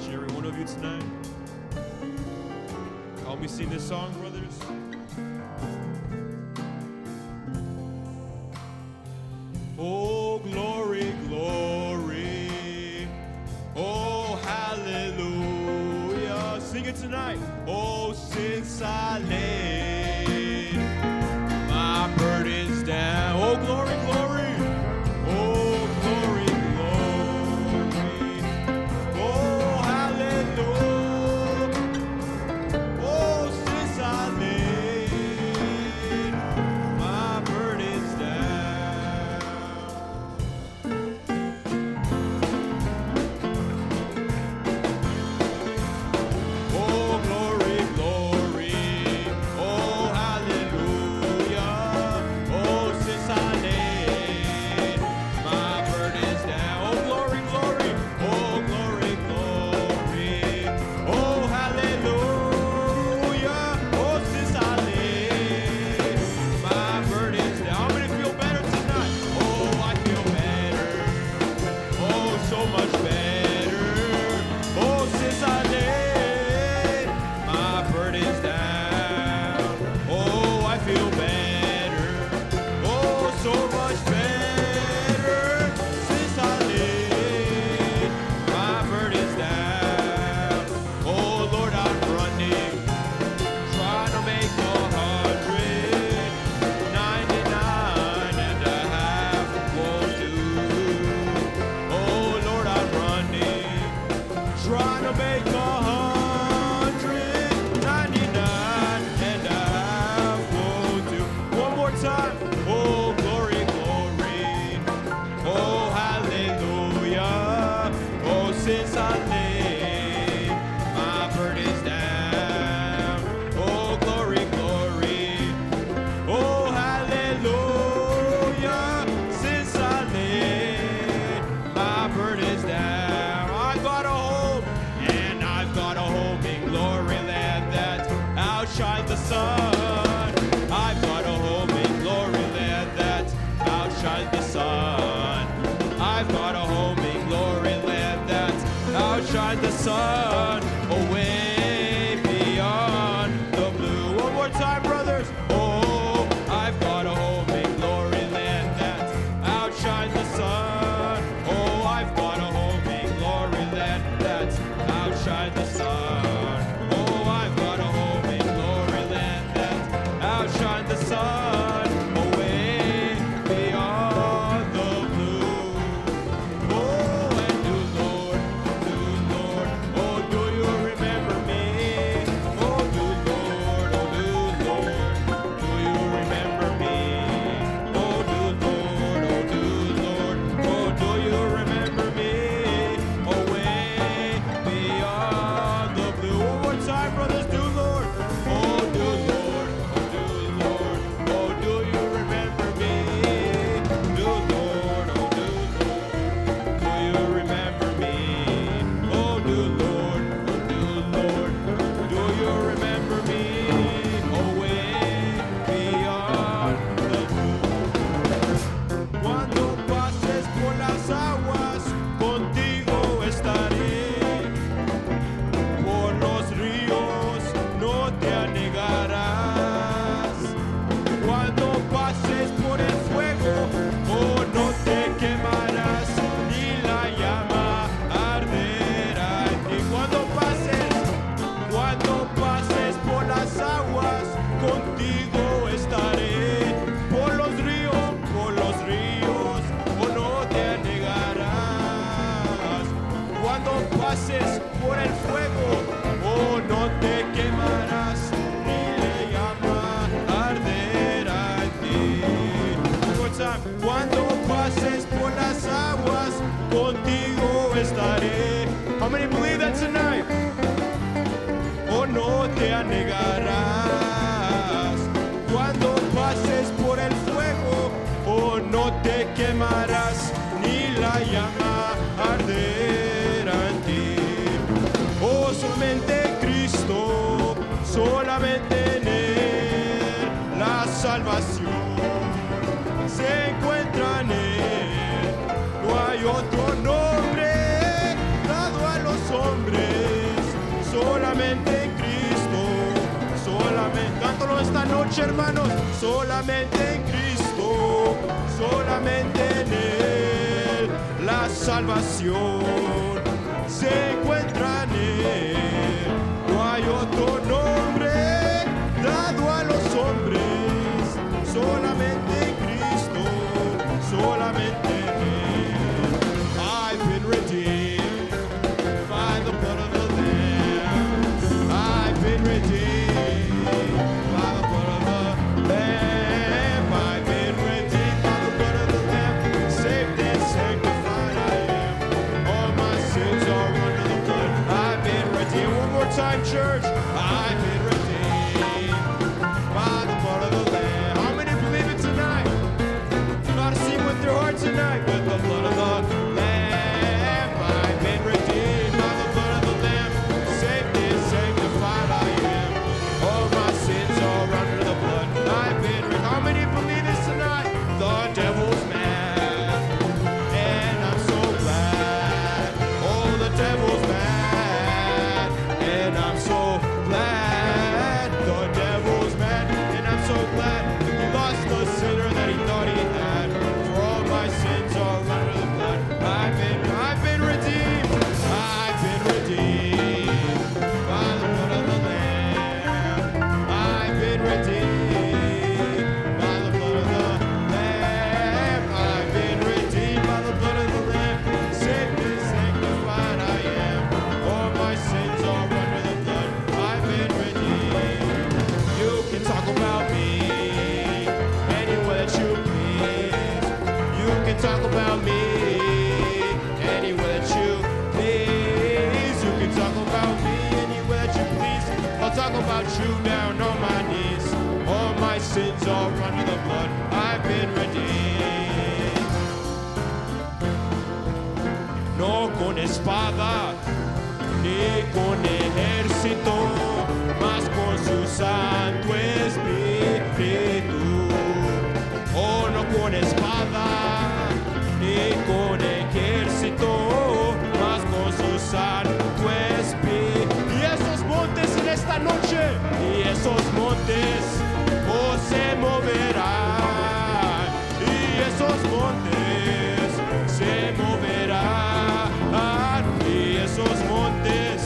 Streets tonight. Help me sing this song, brothers. Oh, glory, glory. Oh, hallelujah. Sing it tonight. Oh, since I laid my burdens down. Oh, glory, glory. Oh, glory, glory. Oh, hallelujah. Oh, since I laid my burdens down. Oh, glory, glory. Oh, hallelujah. Oh, since I laid my burdens down. Oh, glory, glory. Oh, glory, glory. Oh, hallelujah. Oh, since I laid my burdens down. I'm going to feel better tonight. Oh, I feel better. Oh, so much better. Oh, since I laid my burdens down. Oh, I feel better. Oh, so much better. Since I laid my burdens down. Oh, Lord, I'm running. Trying to make a hundred, ninety-nine and a half won't do. Oh Lord, I'm running, trying to make a hundred, ninety-nine and a half won't do. One more time. Oh glory, glory. Oh, hallelujah. Oh, since I laid my burdens down. Oh, glory, glory. Oh, hallelujah. Since I laid my burdens down. I've got a home, and I've got a home in glory land that outshines the sun. I've got a home in glory land that outshines the sun. I've got a home in glory land that outshines the sun. Away beyond the blue. One more time, brothers. Oh, I've got a home in glory land that outshines the sun. Oh, I've got a home in glory land that outshines the sun. Oh, I've got a home in glory land that outshines the sun. Away beyond the blue. Oh, and do Lord, do Lord, oh, do you remember me? Oh, do Lord, oh, do Lord, do you remember me? Oh, do Lord, oh, do Lord, oh, do you remember me? Oh, Away beyond the blue. One more time, brothers, do Lord. Oh, do Lord, oh, do Lord, oh, do you remember me? Do Lord, oh, do Lord. Do you remember me? Oh, do Lord, oh, do Lord, do you remember me? Away beyond the blue. Cuando pases por las aguas, contigo estaré. Por los ríos no te anegarás. Cuando pases por el fuego, oh no te quemarás, ni la llama arderá. Y cuando pases, cuando pases por las aguas, contigo estaré. Por los ríos, por los ríos, oh no te anegarás. Cuando pases por el fuego, oh no te quemarás, ni la llama arderá en ti. One more time. Cuando pases por las aguas, contigo estaré. How many believe that tonight? Oh, no te anegarás. Cuando pases por el fuego, oh, no te quemarás, ni la llama arderá en ti. Oh, solamente Cristo, solamente en Él, la salvación se encuentra en Él. No hay otro nombre dado a los hombres esta noche, hermanos, solamente en Cristo, solamente en Él, la salvación se encuentra en Él. No hay otro nombre dado a los hombres, solamente en Cristo, solamente en Él. I've been redeemed by the blood of the Lamb. I've been redeemed by the blood of the Lamb. I've been redeemed by the blood of the Lamb. Saved and sanctified I am. All my sins are under the blood. I've been redeemed. One more time, church. I've been redeemed by the blood of the Lamb. How many believe it tonight? Do not sing with your heart tonight with the blood of the Lamb. I've been redeemed by the blood of the Lamb. Saved and sanctified I am. All my sins are under the blood. I've been redeemed. How many believe this tonight? The devil's mad. And I'm so glad. Oh, the devil's mad. And I'm so glad. The devil's mad. And I'm so glad. He lost the sinner that he thought he had. For all my sins are under the blood. I've been, I've been redeemed. I've been redeemed. By the blood of the Lamb. I've been redeemed. By the blood of the Lamb. I've been redeemed by the blood of the Lamb. Saved and sanctified I am. All my sins are under the blood. I've been redeemed. You can talk about me any way that you please. You can talk about me any way that you please. You can talk about me any way that you please. I'll talk about you down on my knees. All my sins are under the blood. I've been redeemed. No con espada ni con ejército, mas con su Santo Espíritu. Oh, no con espada, ni con ejército, mas con su Santo Espíritu. Y esos montes en esta noche, y esos montes, oh, se moverán. Y esos montes se moverán. Y esos montes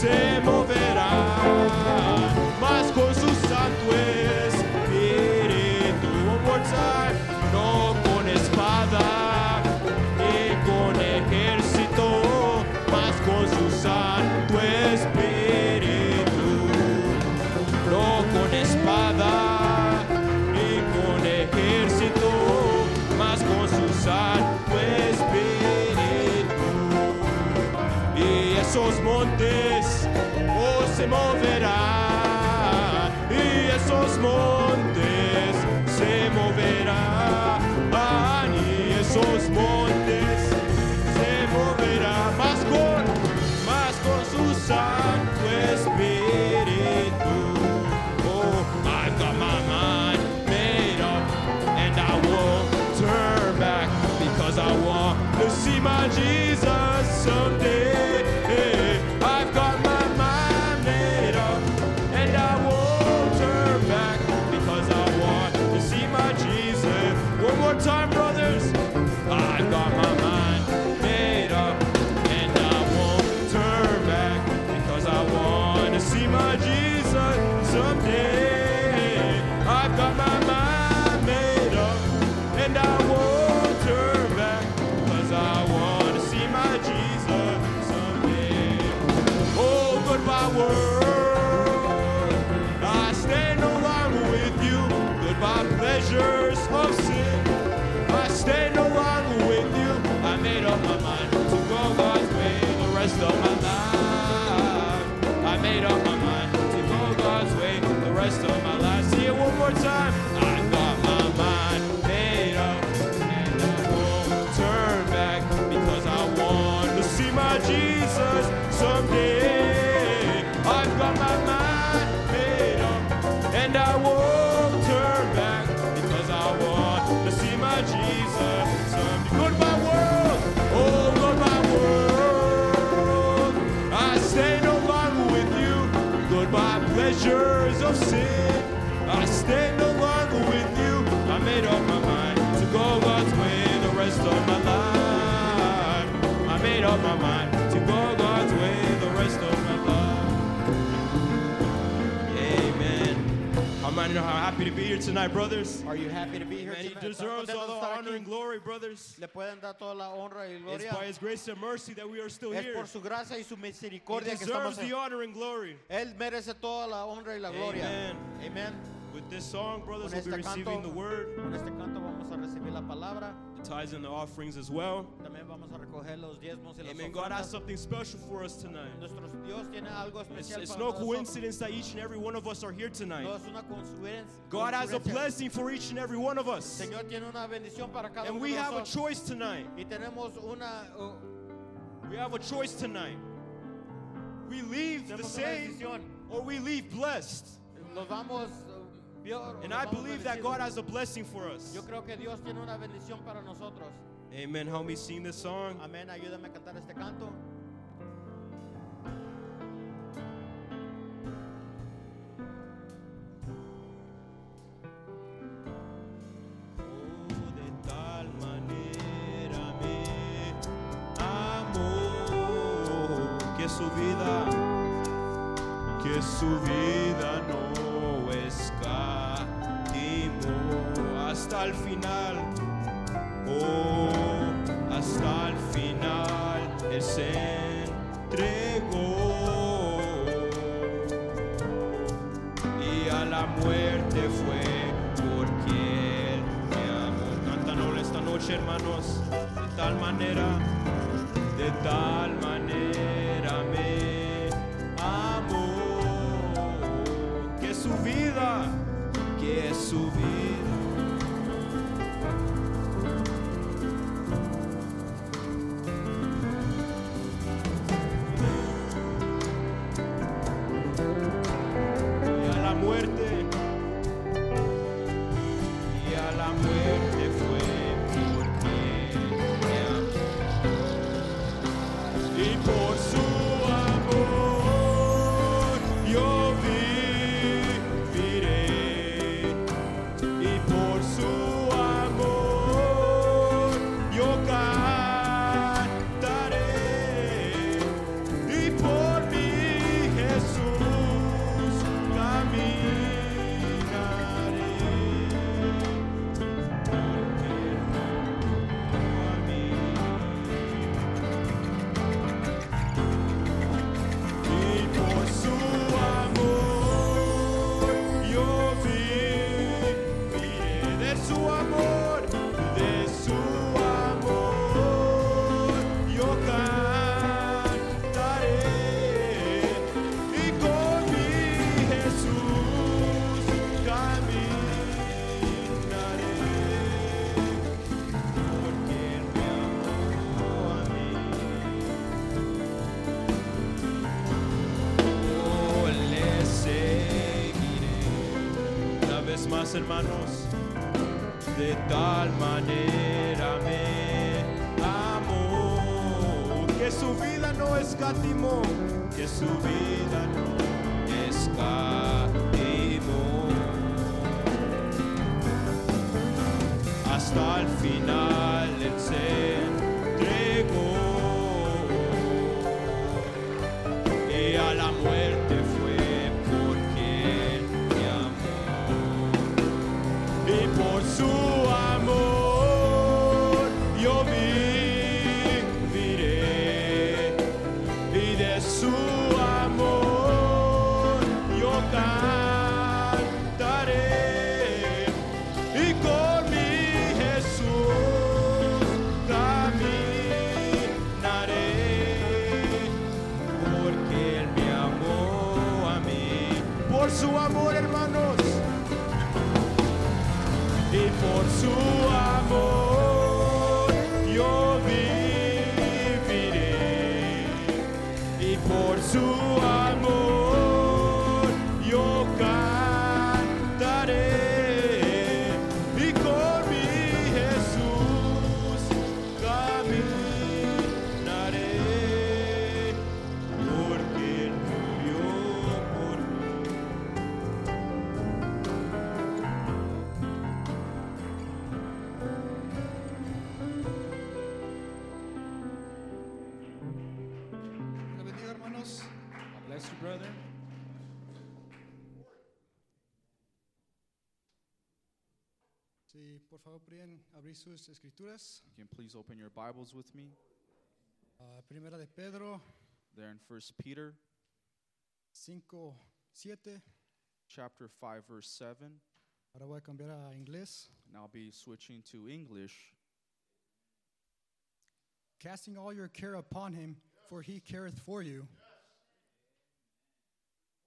se moverán. Mas con su santo espíritu. One more time. oh No con espada ni con ejército, mas con su santo espíritu no con espada ni con ejército, mas con su santo espíritu. Y e esos montes oh, se moverán, y esos montes se moverán, y esos montes se moverán, más con, más con su santo espíritu. Oh, I've got my mind made up, and I won't turn back because I want to see my Jesus someday. I've got my mind made up, and I won't turn back because I want to see my Jesus. One more time, brothers. I've got my mind made up, and I won't turn back because I want to see my Jesus someday. I've got my mind made up, and I won't turn back because I want to see my Jesus someday. Oh, goodbye, world. I stand no longer with you. Goodbye, pleasures of sin. I stand no longer with you. I made up my mind to go God's way the rest of my life. I made up my mind to go God's way the rest of my life. See it one more time. I got my mind made up and I won't turn back because I want to see my Jesus someday. I've got my mind made up and I won't turn back because I want to see my Jesus someday. Goodbye world, oh goodbye world. I stay no longer with you. Goodbye pleasures of sin. of my mind to go God's way the rest of my life. Amen. I'm not know how happy to be here tonight, brothers. Are you happy to be here And he tonight? ¿Estás deserves contento all de the estar honor and aquí? glory, brothers. Le pueden dar toda la honra y It's gloria. by his grace and mercy that we are still Es here. por su gracia y su He misericordia que deserves estamos the en- honor and glory. Él merece toda la honra y la gloria. Amen. Amen. With this song, brothers, Con we'll be este receiving canto- the word, Con este canto vamos a recibir la palabra. the tithes and the offerings as well. También vamos a recoger los diezmos y las Amen. God has ofrendas. something special for us tonight. Nuestro Dios tiene algo It's, especial it's para no nosotros. coincidence that each and every one of us are here tonight. No es una coincidencia. God has a coincidencia. blessing for each and every one of us. Señor tiene una bendición para cada And uno we de have a nosotros. choice tonight. Y tenemos una uh, We have a choice tonight. We leave the tenemos una same decisión. or we leave blessed. Nos vamos uh, peor, And nos I vamos believe that bendecidos. God has a blessing for us. Yo creo que Dios tiene una bendición para nosotros. Amen. Help me sing this song. Amén. Ayúdame a cantar este canto. Oh, de tal manera me amó que su vida, que su vida no escatimó hasta el final. Oh, hasta el final él se entregó y a la muerte fue porque Él me amó. Cántanos esta noche, hermanos, de tal manera, de tal manera me amó que su vida, que su vida. y a la muerte y a la muerte fue porque me amó. y por su amor yo viviré y por su amor yo cantaré y por mí Jesús caminaré porque no a mí y por su amor yo viviré de su amor, de su amor yo cantaré y con mi Jesús caminaré porque Él me amó a mí. Yo le seguiré. Una vez más, hermanos, de tal manera me amó que su vida no escatimó, que su vida no escatimó hasta el final él se entregó y a la muerte fue porque él me amó y por su amor yo viviré y de su amor yo cantaré y con mi Jesús caminaré porque Él me amó a mí por su amor hermanos y por su amor yo viviré y por su amor yo cantaré y con mi Jesús caminaré porque Él murió por mí. Si por favor pueden abrir sus escrituras. You can please open your Bibles with me. Ah, primera de Pedro There in 1 Peter 5, 7. chapter 5 verse 7. Ahora voy a cambiar a inglés. And I'll be switching to English. Casting all your care upon him, for he careth for you.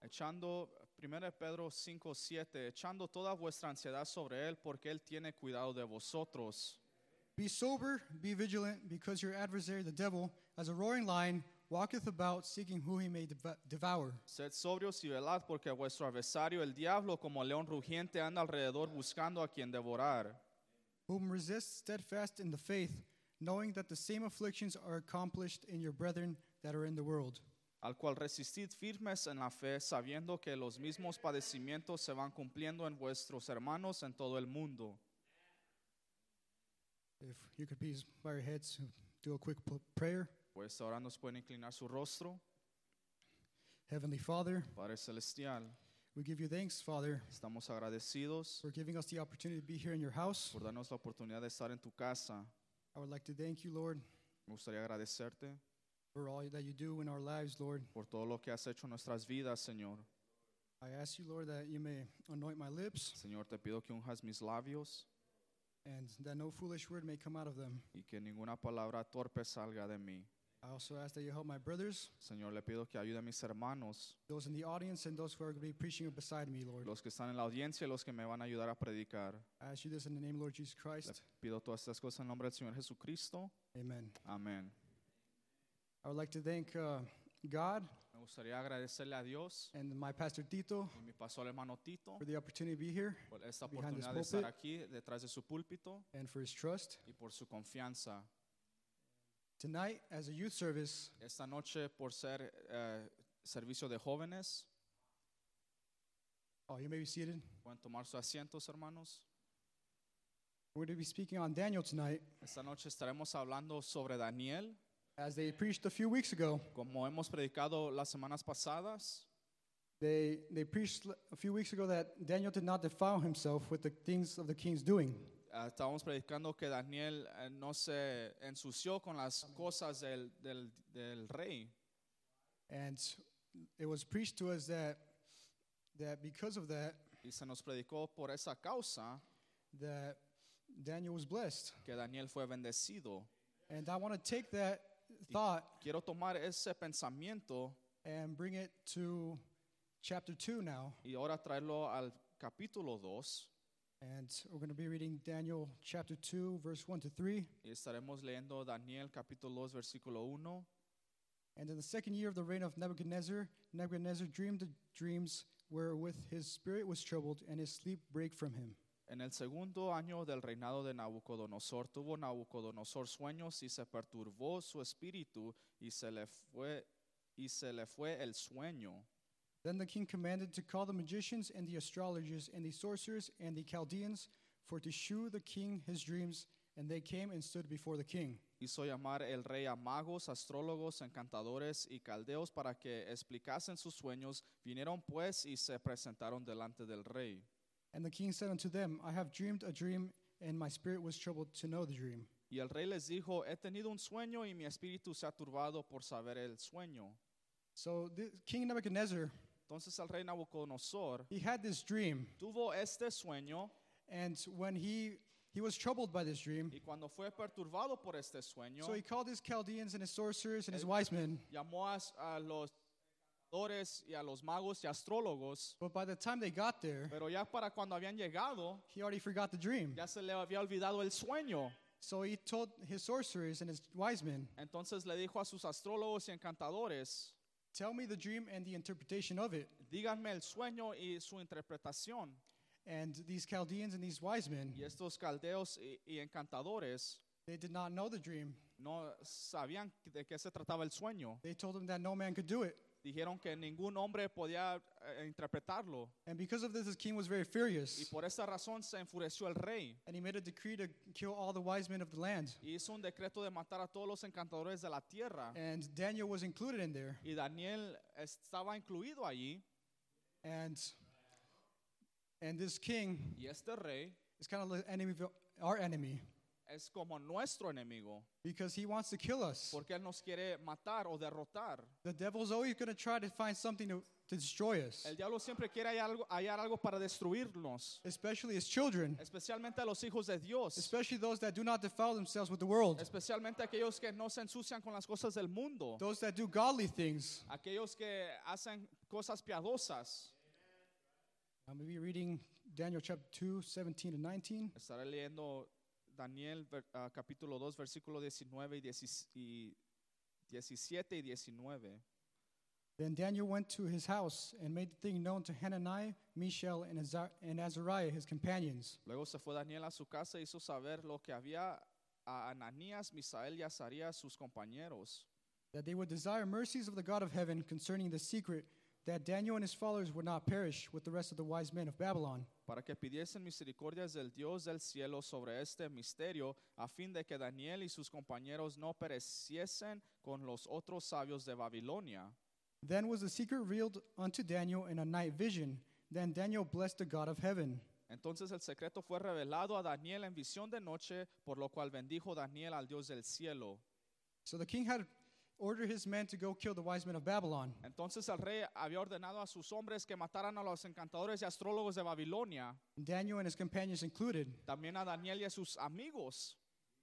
Echando 1 Pedro 5, 7, echando toda vuestra ansiedad sobre él porque él tiene cuidado de vosotros. Be sober, be vigilant, because your adversary, the devil, as a roaring lion, walketh about seeking who he may deva- devour. Sed sobrios y velad porque vuestro adversario el diablo como león rugiente anda alrededor buscando a quien devorar. whom resist steadfast in the faith, knowing that the same afflictions are accomplished in your brethren that are in the world. al cual resistid firmes en la fe, sabiendo que los mismos padecimientos se van cumpliendo en vuestros hermanos en todo el mundo. If you could please bow your heads, do a quick p- prayer. Pues ahora nos pueden inclinar su rostro, Heavenly Father, Padre Celestial. we give you thanks, Father, Estamos agradecidos for giving us the opportunity to be here in your house. por darnos la oportunidad de estar en tu casa. I would like to thank you, Lord, Me gustaría agradecerte for all that you do in our lives, Lord. por todo lo que has hecho en nuestras vidas, Señor. I ask you, Lord, that you may anoint my lips Señor, te pido que unjas mis labios and that no foolish word may come out of them. y que ninguna palabra torpe salga de mí. I also ask that you help my brothers, Señor, le pido que ayude a mis hermanos, those in the audience, and those who are going to be preaching beside me, Lord. los que están en la audiencia y los que me van a ayudar a predicar. I ask you this in the name of Lord Jesus Le Christ. pido todas estas cosas en nombre del Señor Jesucristo. Amen. Amén. I would like to thank uh, God Me gustaría agradecerle a Dios and my pastor Tito y mi pastor hermano Tito for the opportunity to be here por esta Behind this oportunidad de estar pulpit. aquí detrás de su púlpito and for his trust. y por su confianza. Tonight, as a youth service, Esta noche por ser eh, servicio de jóvenes, oh, you may be seated. pueden tomar sus asientos hermanos. We're going to be speaking on Daniel tonight. Esta noche estaremos hablando sobre Daniel, As they preached a few weeks ago, como hemos predicado las semanas pasadas. they, they preached l- a few weeks ago that Daniel did not defile himself with the things of the king's doing. Ah, estábamos predicando que Daniel eh, no se ensució con las cosas del- del- del rey. And it was preached to us that, that because of that, Y se nos predicó por esa causa that Daniel was blessed. que Daniel fue bendecido. And I want to take that thought Quiero tomar ese pensamiento and bring it to chapter 2 now. y ahora traerlo al capítulo 2 And we're going to be reading Daniel chapter 2, verse 1 to 3. y estaremos leyendo Daniel capítulo 2 versículo 1. And in the second year of the reign of Nebuchadnezzar, Nebuchadnezzar dreamed the dreams wherewith his spirit was troubled, and his sleep brake from him. En el segundo año del reinado de Nabucodonosor tuvo Nabucodonosor sueños y se perturbó su espíritu y se le fue y se le fue el sueño. Then the king commanded to call the magicians and the astrologers and the sorcerers and the Chaldeans, for to shew the king his dreams. And they came and stood before the king. Hizo llamar el rey a magos, astrólogos, encantadores y caldeos para que explicasen sus sueños. Vinieron pues y se presentaron delante del rey. And the king said unto them, I have dreamed a dream, and my spirit was troubled to know the dream. Y el rey les dijo, he tenido un sueño y mi espíritu se ha turbado por saber el sueño. So thi- King Nebuchadnezzar, Entonces el rey Nabucodonosor he had this dream, tuvo este sueño and when he he was troubled by this dream, y cuando fue perturbado por este sueño, so he called his Chaldeans and his sorcerers and his wise men. llamó a, a los encantadores y a los magos y astrólogos. But by the time they got there, Pero ya para cuando habían llegado, he already forgot the dream. ya se le había olvidado el sueño. So he told his sorcerers and his wise men, Entonces le dijo a sus astrólogos y encantadores, "Tell me the dream and the interpretation of it." díganme el sueño y su interpretación. And these Chaldeans and these wise men, Y estos caldeos y, y encantadores they did not know the dream. no sabían de qué se trataba el sueño. They told him that no man could do it. Dijeron que ningún hombre podía eh, interpretarlo. And because of this, the king was very Y furious, por esa razón se enfureció el rey. and he made a decree to kill all the wise men of the land. Y hizo un decreto de matar a todos los encantadores de la tierra. And Daniel was included in there. Y Daniel estaba incluido allí. And and this king Y este rey It's kind of like enemy, of our enemy es como nuestro enemigo, because he wants to kill us. porque Él nos quiere matar o derrotar. The devil's always going to try to find something to, to destroy us, El diablo siempre quiere hallar algo, hallar algo para destruirnos, especially as children, especialmente a los hijos de Dios, especially those that do not defile themselves with the world, especialmente a aquellos que no se ensucian con las cosas del mundo, those that do godly things. aquellos que hacen cosas piadosas. I'm going to be reading Daniel chapter 2, 17 and 19. Estaré leyendo Daniel ver- ah, capítulo 2, versículo 19 y, 10 y 17 y 19. Then Daniel went to his house and made the thing known to Hananiah, Mishael, and Aza- and Azariah, his companions. Luego se fue Daniel a su casa e hizo saber lo que había a Ananías, Misael y Azarías, sus compañeros. that they would desire mercies of the God of heaven concerning the secret, that Daniel and his followers would not perish with the rest of the wise men of Babylon. para que pidiesen misericordias del Dios del cielo sobre este misterio, a fin de que Daniel y sus compañeros no pereciesen con los otros sabios de Babilonia. Then was the secret revealed unto Daniel in a night vision. Then Daniel blessed the God of heaven. Entonces el secreto fue revelado a Daniel en visión de noche, por lo cual bendijo Daniel al Dios del cielo. So the king had ordered his men to go kill the wise men of Babylon. Entonces el rey había ordenado a sus hombres que mataran a los encantadores y astrólogos de Babilonia, Daniel and his companions included. también a Daniel y a sus amigos.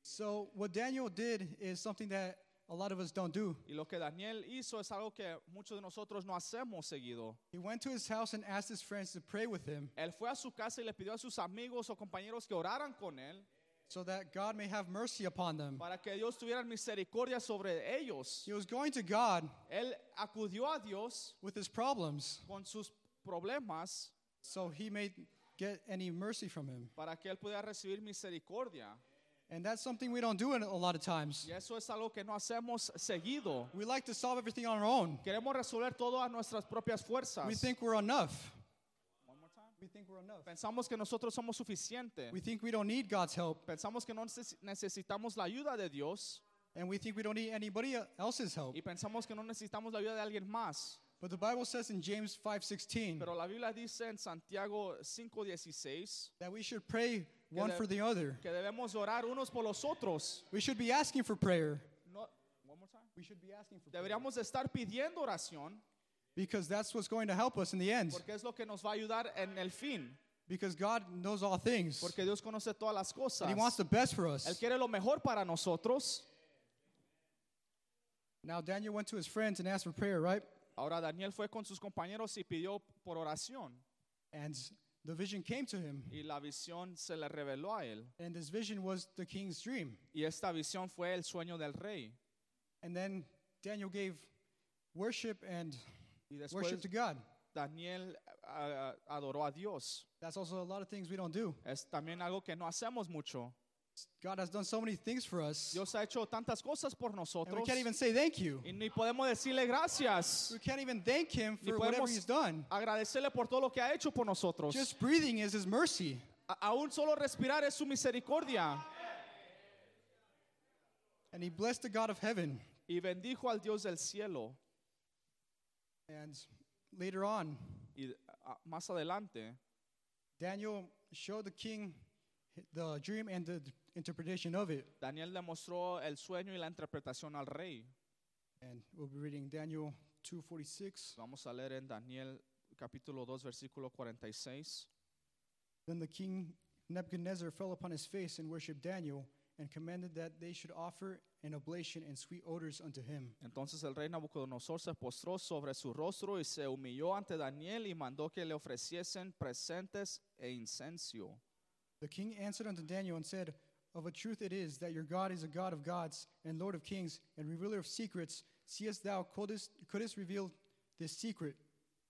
So what Daniel did is something that a lot of us don't do. Y lo que Daniel hizo es algo que muchos de nosotros no hacemos seguido. He went to his house and asked his friends to pray with him Él fue a su casa y le pidió a sus amigos o compañeros que oraran con él so that God may have mercy upon them. para que Dios tuviera misericordia sobre ellos. He was going to God Él acudió a Dios with his problems. con sus problemas so he may get any mercy from him. para que él pudiera recibir misericordia. And that's something we don't do in a lot of times. Y eso es algo que no hacemos seguido. We like to solve everything on our own. Queremos resolver todo a nuestras propias fuerzas. We think we're enough. We think we're enough. Pensamos que nosotros somos suficientes. We think we don't need God's help, Pensamos que no neces- necesitamos la ayuda de Dios and we think we don't need anybody else's help. y pensamos que no necesitamos la ayuda de alguien más. But the Bible says in James 5:16 Pero la Biblia dice en Santiago 5:16 that we should pray one de- for the other. que debemos orar unos por los otros. We should be asking for prayer. No- one more time. We should be asking for prayer Deberíamos de estar pidiendo oración because that's what's going to help us in the end. porque es lo que nos va a ayudar en el fin, Because God knows all things. porque Dios conoce todas las And cosas. he wants the best for us. Él quiere lo mejor para nosotros. Now Daniel went to his friends and asked for prayer, right? Ahora Daniel fue con sus compañeros y pidió por oración And the vision came to him. y la visión se le reveló a él. And this vision was the king's dream. Y esta visión fue el sueño del rey. And then Daniel gave worship and Y después worship to God. Daniel ah, ah, adoró a Dios. That's also a lot of things we don't do. Es también algo que no hacemos mucho. God has done so many things for us. Dios ha hecho tantas cosas por And we nosotros. can't even say thank you. Y ni podemos decirle gracias. We can't even thank him Ni for whatever podemos he's done. agradecerle por todo lo que ha hecho por nosotros. Just breathing is his mercy. A- aún solo respirar es su misericordia. And he blessed the God of heaven. Y bendijo al Dios del cielo. And later on, Y ah, más adelante, Daniel showed the king the dream and the interpretation of it. Daniel demostró el sueño y la interpretación al rey. And we'll be reading Daniel 2:46. Vamos a leer en Daniel capítulo 2, versículo 46. Then the king Nebuchadnezzar fell upon his face and worshipped Daniel, and commanded that they should offer an oblation and sweet odors unto him. Entonces el rey Nabucodonosor se postró sobre su rostro y se humilló ante Daniel y mandó que le ofreciesen presentes e incenso. The king answered unto Daniel and said, Of a truth it is that your God is a God of gods, and Lord of kings, and revealer of secrets. Seest thou couldest, couldest reveal this secret?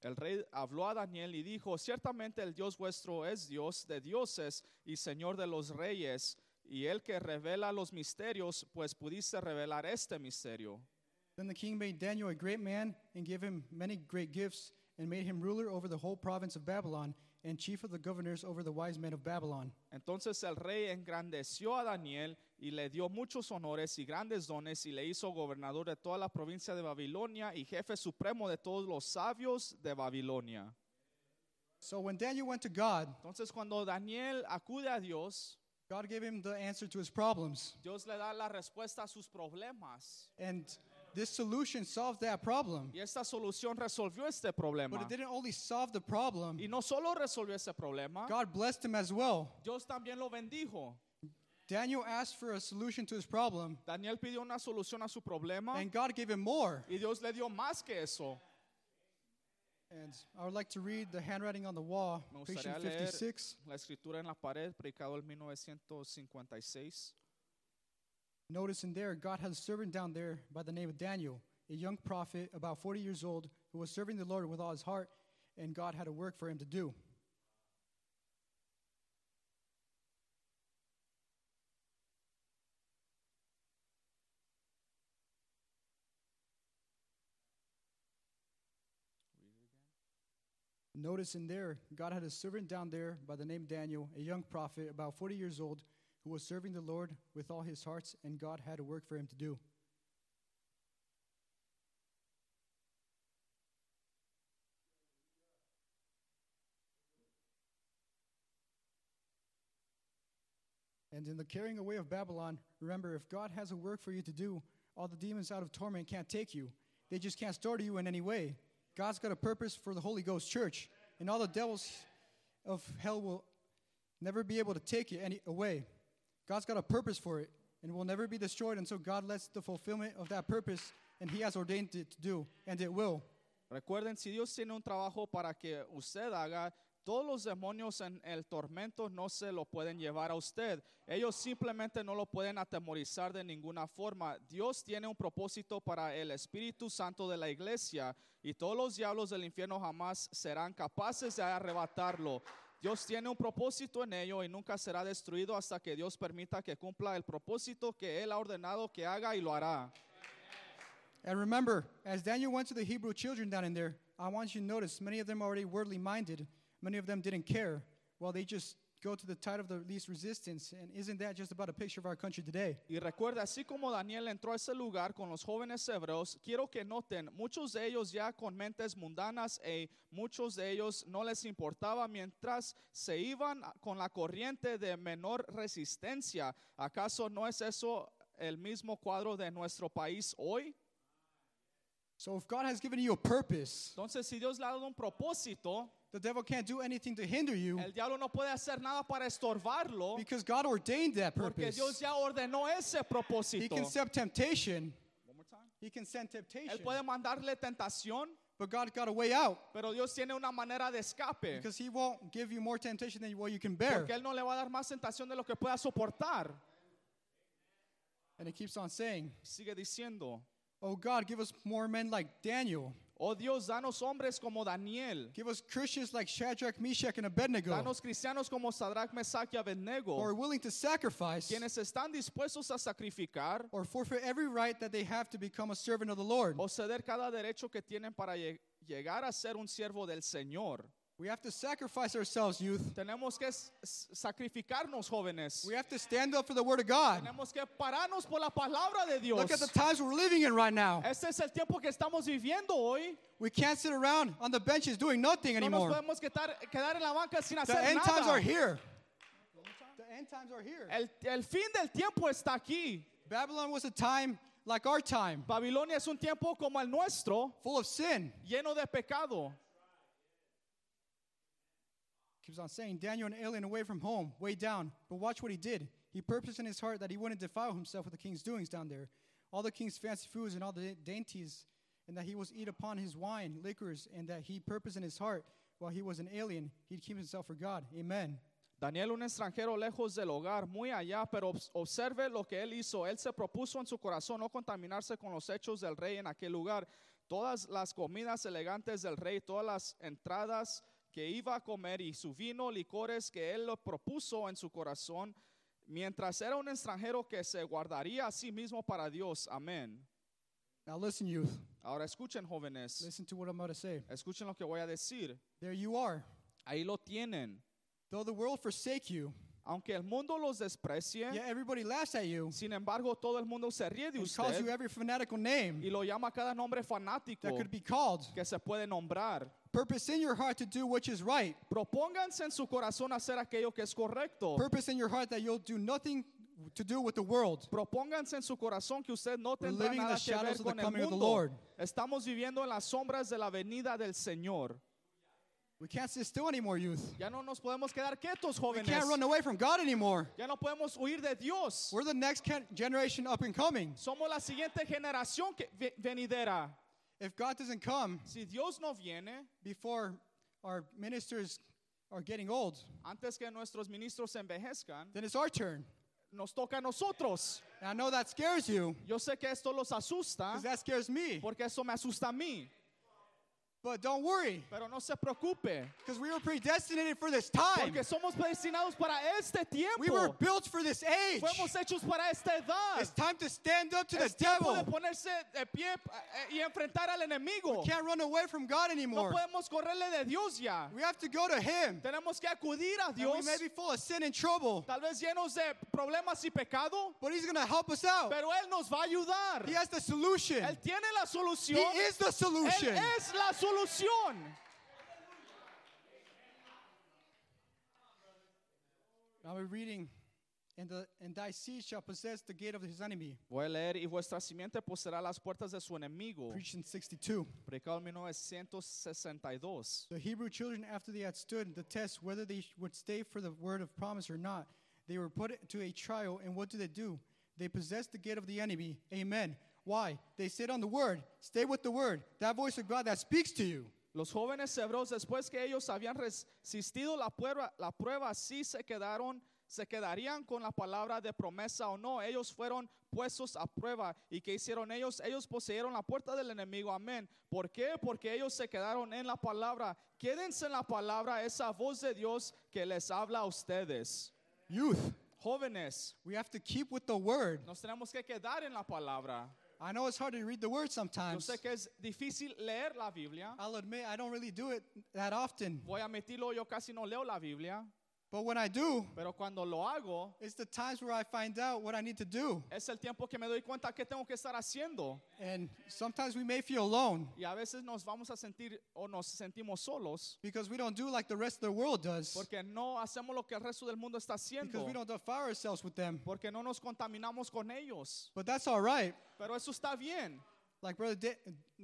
El rey habló a Daniel y dijo, ciertamente el Dios vuestro es Dios de dioses y Señor de los reyes, y el que revela los misterios, pues pudiste revelar este misterio. Then the king made Daniel a great man, and gave him many great gifts, and made him ruler over the whole province of Babylon, and chief of the governors over the wise men of Babylon. Entonces el rey engrandeció a Daniel y le dio muchos honores y grandes dones y le hizo gobernador de toda la provincia de Babilonia y jefe supremo de todos los sabios de Babilonia. So when Daniel went to God, Entonces cuando Daniel acude a Dios, God gave him the answer to his problems. Dios le da la respuesta a sus problemas. And this solution solved that problem. Y esta solución resolvió este problema. But it didn't only solve the problem, Y no solo resolvió ese problema, God blessed him as well. Dios también lo bendijo. Daniel asked for a solution to his problem, Daniel pidió una solución a su problema and God gave him more. y Dios le dio más que eso. And I would like to read the handwriting on the wall, Me page gustaría leer 56. la escritura en la pared, predicado en 1956. Notice in there, God has a servant down there by the name of Daniel, a young prophet about 40 years old who was serving the Lord with all his heart, and God had a work for him to do. Notice in there, God had a servant down there by the name Daniel, a young prophet, about 40 years old, who was serving the Lord with all his hearts, and God had a work for him to do. And in the carrying away of Babylon, remember, if God has a work for you to do, all the demons out of torment can't take you. They just can't startle you in any way. God's got a purpose for the Holy Ghost church, and all the devils of hell will never be able to take it any away. God's got a purpose for it, and will never be destroyed until God lets the fulfillment of that purpose, and He has ordained it to do, and it will. Recuerden, si Dios tiene un trabajo para que usted haga, todos los demonios en el tormento no se lo pueden llevar a usted. Ellos simplemente no lo pueden atemorizar de ninguna forma. Dios tiene un propósito para el Espíritu Santo de la iglesia y todos los diablos del infierno jamás serán capaces de arrebatarlo. Dios tiene un propósito en ello y nunca será destruido hasta que Dios permita que cumpla el propósito que Él ha ordenado que haga y lo hará. And remember, as Daniel went to the Hebrew children down in there, I want you to notice many of them are already worldly minded. Many of them didn't care. Well, they just go to the tide of the least resistance. And isn't that just about a picture of our country today? Y recuerda, así como Daniel entró a ese lugar con los jóvenes hebreos, quiero que noten, muchos de ellos ya con mentes mundanas y muchos de ellos no les importaba mientras se iban a- con la corriente de menor resistencia. ¿Acaso no es eso el mismo cuadro de nuestro país hoy? So if God has given you a purpose, Entonces, si Dios le ha dado un propósito, the devil can't do anything to hinder you el diablo no puede hacer nada para estorbarlo because God ordained that porque purpose. Dios ya ordenó ese He propósito. can send temptation. One more time. He can send Él temptation. puede mandarle tentación. But God got a way out Pero Dios tiene una manera de escape. because He won't give you more temptation than what you can bear. Porque Él no le va a dar más tentación de lo que pueda soportar. And it keeps on saying, Sigue diciendo, Oh God, give us more men like Daniel. oh Dios, danos hombres como Daniel. Give us Christians like Shadrach, Meshach, and Abednego Danos cristianos como Sadrach, Mesach y who are Abednego. willing to sacrifice Quienes están dispuestos a sacrificar or forfeit every right that they have to become a servant of the Lord. o ceder cada derecho que tienen para lle- llegar a ser un siervo del Señor. We have to sacrifice ourselves, youth. Tenemos que s- s- sacrificarnos, jóvenes. We have to stand up for the Word of God. Tenemos que pararnos por la palabra de Dios. Look at the times we're living in right now. Este es el tiempo que estamos viviendo hoy. We can't sit around on the benches doing nothing No nos anymore. podemos quedar, quedar en la banca sin hacer The end nada. times are here. The end times are here. El, el fin del tiempo está aquí. Babylon was a time like our time, Babilonia es un tiempo como el nuestro, full of sin. lleno de pecado. keeps on saying, Daniel, an alien away from home, way down. But watch what he did. He purposed in his heart that he wouldn't defile himself with the king's doings down there, all the king's fancy foods and all the dainties, and that he was eat upon his wine, liquors, and that he purposed in his heart, while he was an alien, he'd keep himself for God. Amen. Daniel, un extranjero lejos del hogar, muy allá, pero obs- observe lo que él hizo. Él se propuso en su corazón no contaminarse con los hechos del rey en aquel lugar. Todas las comidas elegantes del rey, todas las entradas que iba a comer y su vino, licores que él lo propuso en su corazón, mientras era un extranjero que se guardaría a sí mismo para Dios. Amén. Now listen, youth. Ahora escuchen, jóvenes. Listen to what I'm about to say. Escuchen lo que voy a decir. There you are. Ahí lo tienen. Though the world forsake you, Aunque el mundo los desprecie, Yeah, everybody laughs at you sin embargo todo el mundo se ríe de and calls you usted every fanatical name y lo llama cada nombre fanático that could be called. que se puede nombrar. Purpose in your heart to do which is right. Propónganse en su corazón hacer aquello que es correcto. Purpose in your heart that you'll do nothing to do with the world. Propónganse en su corazón que usted no tendrá living in nada the que ver shadows of the con el coming of the mundo. Lord. Estamos viviendo en las sombras de la venida del Señor. We can't sit still anymore, youth. Ya no nos podemos quedar quietos, We jóvenes. can't run away from God anymore. Ya no podemos huir de Dios. We're the next gen- generation up and coming. Somos la siguiente generación que ve- venidera. If God doesn't come Si Dios no viene, before our ministers are getting old, antes que nuestros ministros envejezcan, then it's our turn. nos toca a nosotros. And I know that scares you, Yo sé que esto los asusta, because that scares me. porque eso me asusta a mí. But don't worry, Pero no se preocupe, because we were predestinated for this time. porque somos destinados para este We were Este tiempo. built for this age. Fuimos hechos para esta edad. It's time to stand up to the es tiempo de devil. ponerse de pie eh, y enfrentar al enemigo. Can't run away from God No anymore. podemos correrle de Dios ya. We have to go to Him. Tenemos que acudir a And we Dios, may be full of sin and trouble, tal vez llenos de problemas y pecado, but He's going to help us out. pero Él nos va a ayudar. He has the solution. Él tiene la He solución. is the Él solution. es la solución. Now we're reading, and, the, and thy seed shall possess the gate of his enemy. Voy a leer y vuestra simiente poseerá las puertas de su enemigo. Preaching 62. Predicado en 1962. The Hebrew children, after they had stood the test whether they sh- would stay for the word of promise or not, they were put to a trial, and what do they do? They possess the gate of the enemy. Amen. Why? They sit on the word. Stay with the word. That voice of God that speaks to you. Los jóvenes hebreos, después que ellos habían resistido la prueba, la prueba sí se quedaron, se quedarían con la palabra de promesa o no. Ellos fueron puestos a prueba. ¿Y qué hicieron ellos? Ellos poseyeron la puerta del enemigo. Amén. ¿Por qué? Porque ellos se quedaron en la palabra. Quédense en la palabra, esa voz de Dios que les habla a ustedes. Youth, Jóvenes, we have to keep with the word. nos tenemos que quedar en la palabra. I know it's hard to read the word Yo sometimes. sé que es difícil leer la Biblia. I'll admit I don't really do it that often. Voy a admitirlo, yo casi no leo la Biblia. But when I do, Pero cuando lo hago, it's the times where I find out what I need to do. es el tiempo que me doy cuenta que tengo que estar haciendo. And sometimes we may feel alone Y a veces nos vamos a sentir o nos sentimos solos because we don't do like the rest of the world does. porque no hacemos lo que el resto del mundo está Because haciendo. we don't defile ourselves with them. Porque no nos contaminamos con ellos. But that's all right. Pero eso está bien. Like brother, da-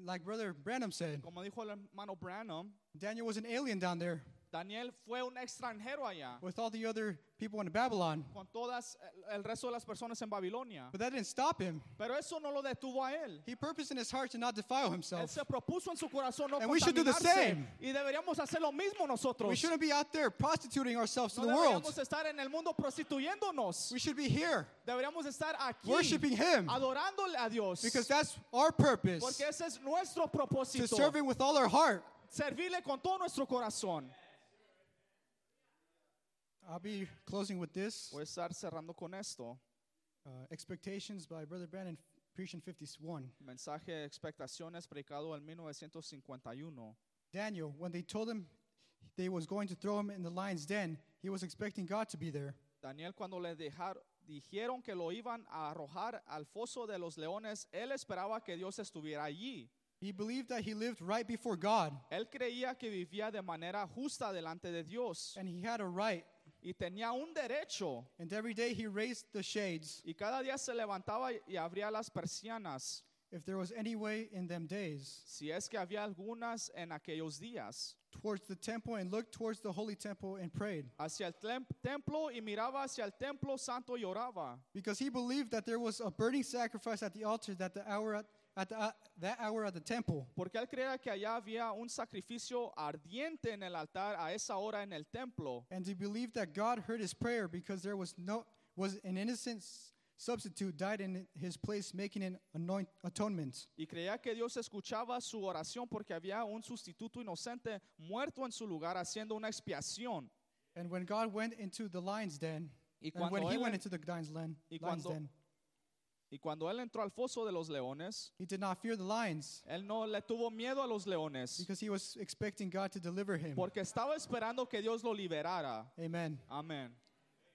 like brother Branham said, Como dijo el hermano Branham, Daniel was an alien down there Daniel fue un extranjero allá with all the other people in Babylon. con todas el resto de las personas en Babilonia. But that didn't stop him. Pero eso no lo detuvo a él. He purposed in his heart to not defile Él himself. se propuso en su corazón no And we should do the contaminarse. same. Y deberíamos hacer lo mismo nosotros. We shouldn't be out there prostituting ourselves to No the world. deberíamos estar en el mundo prostituyéndonos. We should be here Deberíamos estar aquí worshiping him adorándole a Dios. because that's our purpose Porque ese es nuestro to propósito. serve him with all our heart. Servirle con todo nuestro corazón. I'll be closing with this. Voy a estar cerrando con esto. Uh, Expectations by Brother Brandon, preaching 51. Mensaje de expectaciones predicado en 1951. Daniel, when they told him they was going to throw him in the lion's den, he was expecting God to be there. Daniel cuando le dejar- dijeron que lo iban a arrojar al foso de los leones, él esperaba que Dios estuviera allí. He believed that he lived right before God Él creía que vivía de manera justa delante de Dios and he had a right. y tenía un derecho And every day he raised the shades Y cada día se levantaba y abría las persianas, if there was any way in them days si es que había algunas en aquellos días, towards the temple and looked towards the holy temple and prayed hacia el tem- templo y miraba hacia el templo santo y oraba, because he believed that there was a burning sacrifice at the altar that the hour at, at the, uh, that hour at the temple. porque él creía que allá había un sacrificio ardiente en el altar a esa hora en el templo, And he believed that God heard his prayer because there was no was an innocent s- substitute died in his place, making an anoint, atonement. y creía que Dios escuchaba su oración porque había un sustituto inocente muerto en su lugar haciendo una expiación. And when God went into the lion's den, Y and when cuando he él went en- into the lion's den, y lion's cuando- den, Y cuando él entró al foso de los leones, he did not fear the lions él no le tuvo miedo a los leones, because he was expecting God to deliver him. porque estaba esperando que Dios lo liberara. Amen. Amén.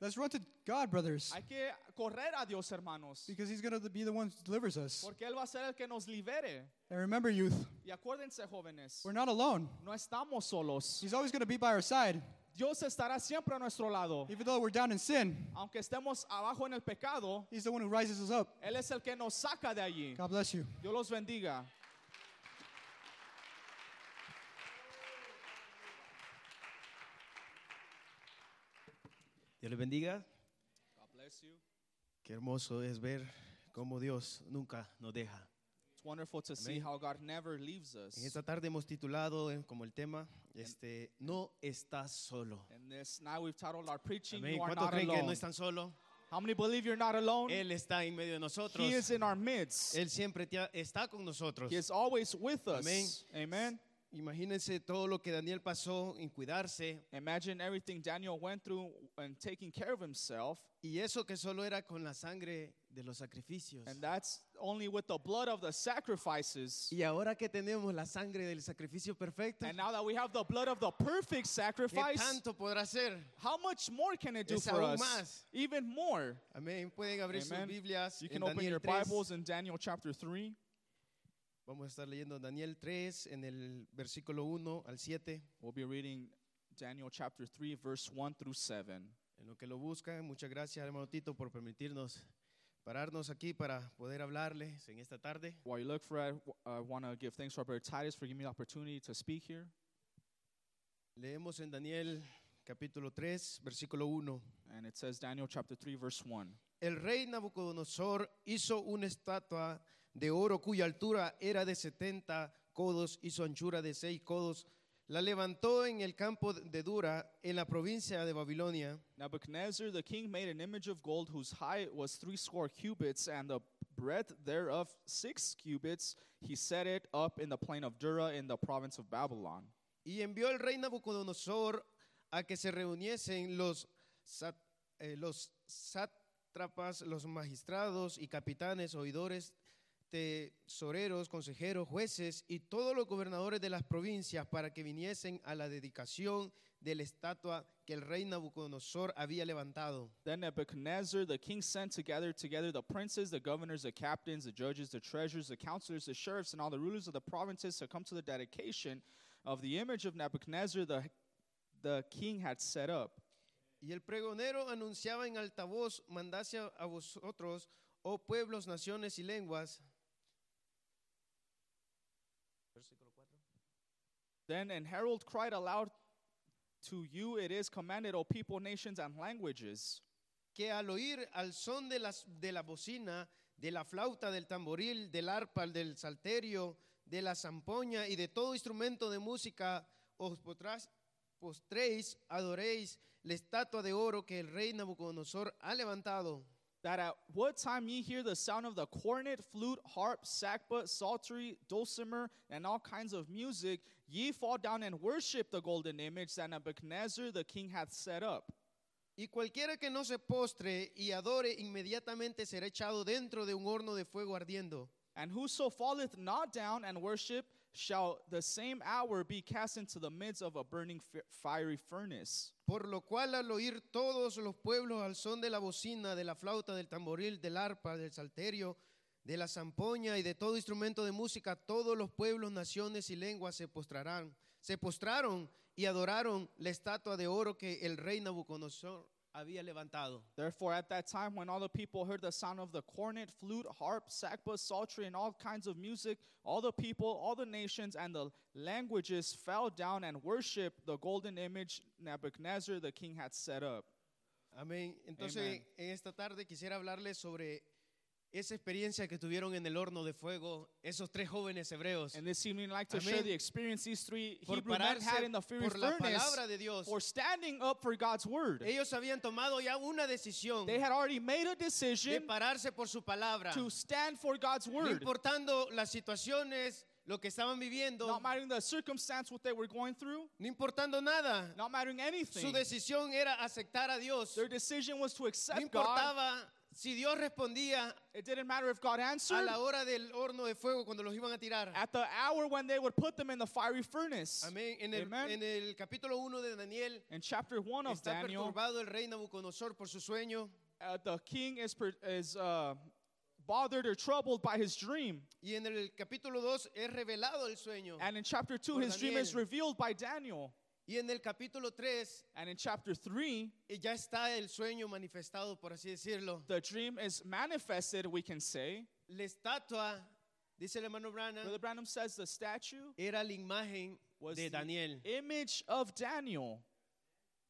Let's run to God, brothers, Hay que correr a Dios, hermanos, because He's going to be the one who delivers us. porque Él va a ser el que nos libere. And remember, youth, Y acuérdense, jóvenes, we're not alone. no estamos solos. He's always going to be by our side, Dios estará siempre a nuestro lado. even though we're down in sin. Aunque estemos abajo en el pecado, He's the one who rises us up. Él es el que nos saca de allí. God bless you. Dios los bendiga. Dios les bendiga. Qué hermoso es ver cómo Dios nunca nos deja. It's wonderful to see Amén. how God never leaves us. En esta tarde hemos titulado eh, como el tema, este, no estás solo. And this now we've titled our preaching, Amén. You Are ¿Cuántos Not creen que no Alone. están solo? How many believe you're not alone? Él está en medio de He is nosotros. in our midst. Él siempre te ha- está con nosotros. He is always with us. Amén. Amen. Imagínense todo lo que Daniel pasó en cuidarse Imagine everything Daniel went through and taking care of himself, y eso que solo era con la sangre de los sacrificios. and that's only with the blood of the sacrifices. Y ahora que tenemos la sangre del sacrificio perfecto, And now that we have the blood of the perfect ¿qué sacrifice, tanto podrá hacer? how much more can it do Es for aún us? más. Even more. Amén. Pueden abrir sus Amen. Biblias. You en can open Daniel your 3. Bibles in Daniel chapter 3. Vamos a estar leyendo Daniel 3 en el versículo 1 al 7. We'll be reading Daniel chapter 3, verse 1 through 7. En lo que lo buscan, muchas gracias, hermano Tito, por permitirnos pararnos aquí para poder hablarles en esta tarde. While you look for it, I want to give thanks to our brother Titus for giving me the opportunity to speak here. Leemos en Daniel capítulo 3, versículo 1. And it says, Daniel chapter 3, verse 1. El rey Nabucodonosor hizo una estatua de oro cuya altura era de 70 codos y su anchura de 6 codos. La levantó en el campo de Dura, en la provincia de Babilonia. Nebuchadnezzar the king made an image of gold whose height was threescore cubits, and the breadth thereof six cubits. He set it up in the plain of Dura in the province of Babylon. Y envió el rey Nabucodonosor a que se reuniesen los, sat- eh, los sátrapas, los magistrados y capitanes, oidores, tesoreros, consejeros, jueces y todos los gobernadores de las provincias para que viniesen a la dedicación de la estatua que el rey Nabucodonosor había levantado. Then Nebuchadnezzar the king sent together together the princes, the governors, the captains, the judges, the treasurers, the counselors, the sheriffs, and all the rulers of the provinces to come to the dedication of the image of Nebuchadnezzar the, the king had set up. Y el pregonero anunciaba en alta voz, mandase a- a vosotros, oh pueblos, naciones y lenguas, Then an herald cried aloud, To you it is commanded, O people, nations, and languages. que al oír al son de, las, de la bocina, de la flauta, del tamboril, del arpa, del salterio, de la zampoña y de todo instrumento de música, os potrás- postréis, adoréis la estatua de oro que el rey Nabucodonosor ha levantado. that at what time ye hear the sound of the cornet, flute, harp, sackbut, psaltery, dulcimer, and all kinds of music, ye fall down and worship the golden image that Nebuchadnezzar the king hath set up. Y cualquiera que no se postre y adore inmediatamente será echado dentro de un horno de fuego ardiendo. And whoso falleth not down and worship shall the same hour be cast into the midst of a burning fi- fiery furnace. Por lo cual al oír todos los pueblos al son de la bocina, de la flauta, del tamboril, del arpa, del salterio, de la zampoña y de todo instrumento de música, todos los pueblos, naciones y lenguas se postrarán, se postraron y adoraron la estatua de oro que el rey Nabucodonosor había levantado. Therefore, at that time, when all the people heard the sound of the cornet, flute, harp, sackbut, psaltery, and all kinds of music, all the people, all the nations, and the languages fell down and worshiped the golden image Nebuchadnezzar the king had set up. Amén. Entonces, Amén. en esta tarde quisiera hablarles sobre esa experiencia que tuvieron en el horno de fuego esos tres jóvenes hebreos And this evening, I'd like to share Amén. the experience these three por Hebrew men pararse had in the fiery por la furnace palabra de Dios. for standing up for God's word. Ellos habían tomado ya una decisión They had already made a de decision pararse por su palabra, to stand for God's no word, importando las situaciones, lo que estaban viviendo, not mattering the circumstance, what they were going through, no importando nada. not mattering Su anything. decisión era aceptar a Dios. Their decision was to No accept God. importaba si Dios respondía It didn't matter if God a answered. la hora del horno de fuego cuando los iban a tirar. At the hour when they would put them in the fiery furnace. Amén. En el, Amen. en el capítulo 1 de Daniel In chapter 1 of está Daniel, perturbado el rey Nabucodonosor por su sueño uh, the king is, per- is uh, bothered or troubled by his dream. y en el capítulo 2 es revelado el sueño And in chapter 2, Por his dream is Daniel. revealed by Daniel. y en el capítulo 3 And in chapter 3, ya está el sueño manifestado, por así decirlo. the dream is manifested, we can say. La estatua, dice el hermano Branham, Brother Branham says the statue era la imagen was de the Daniel. image of Daniel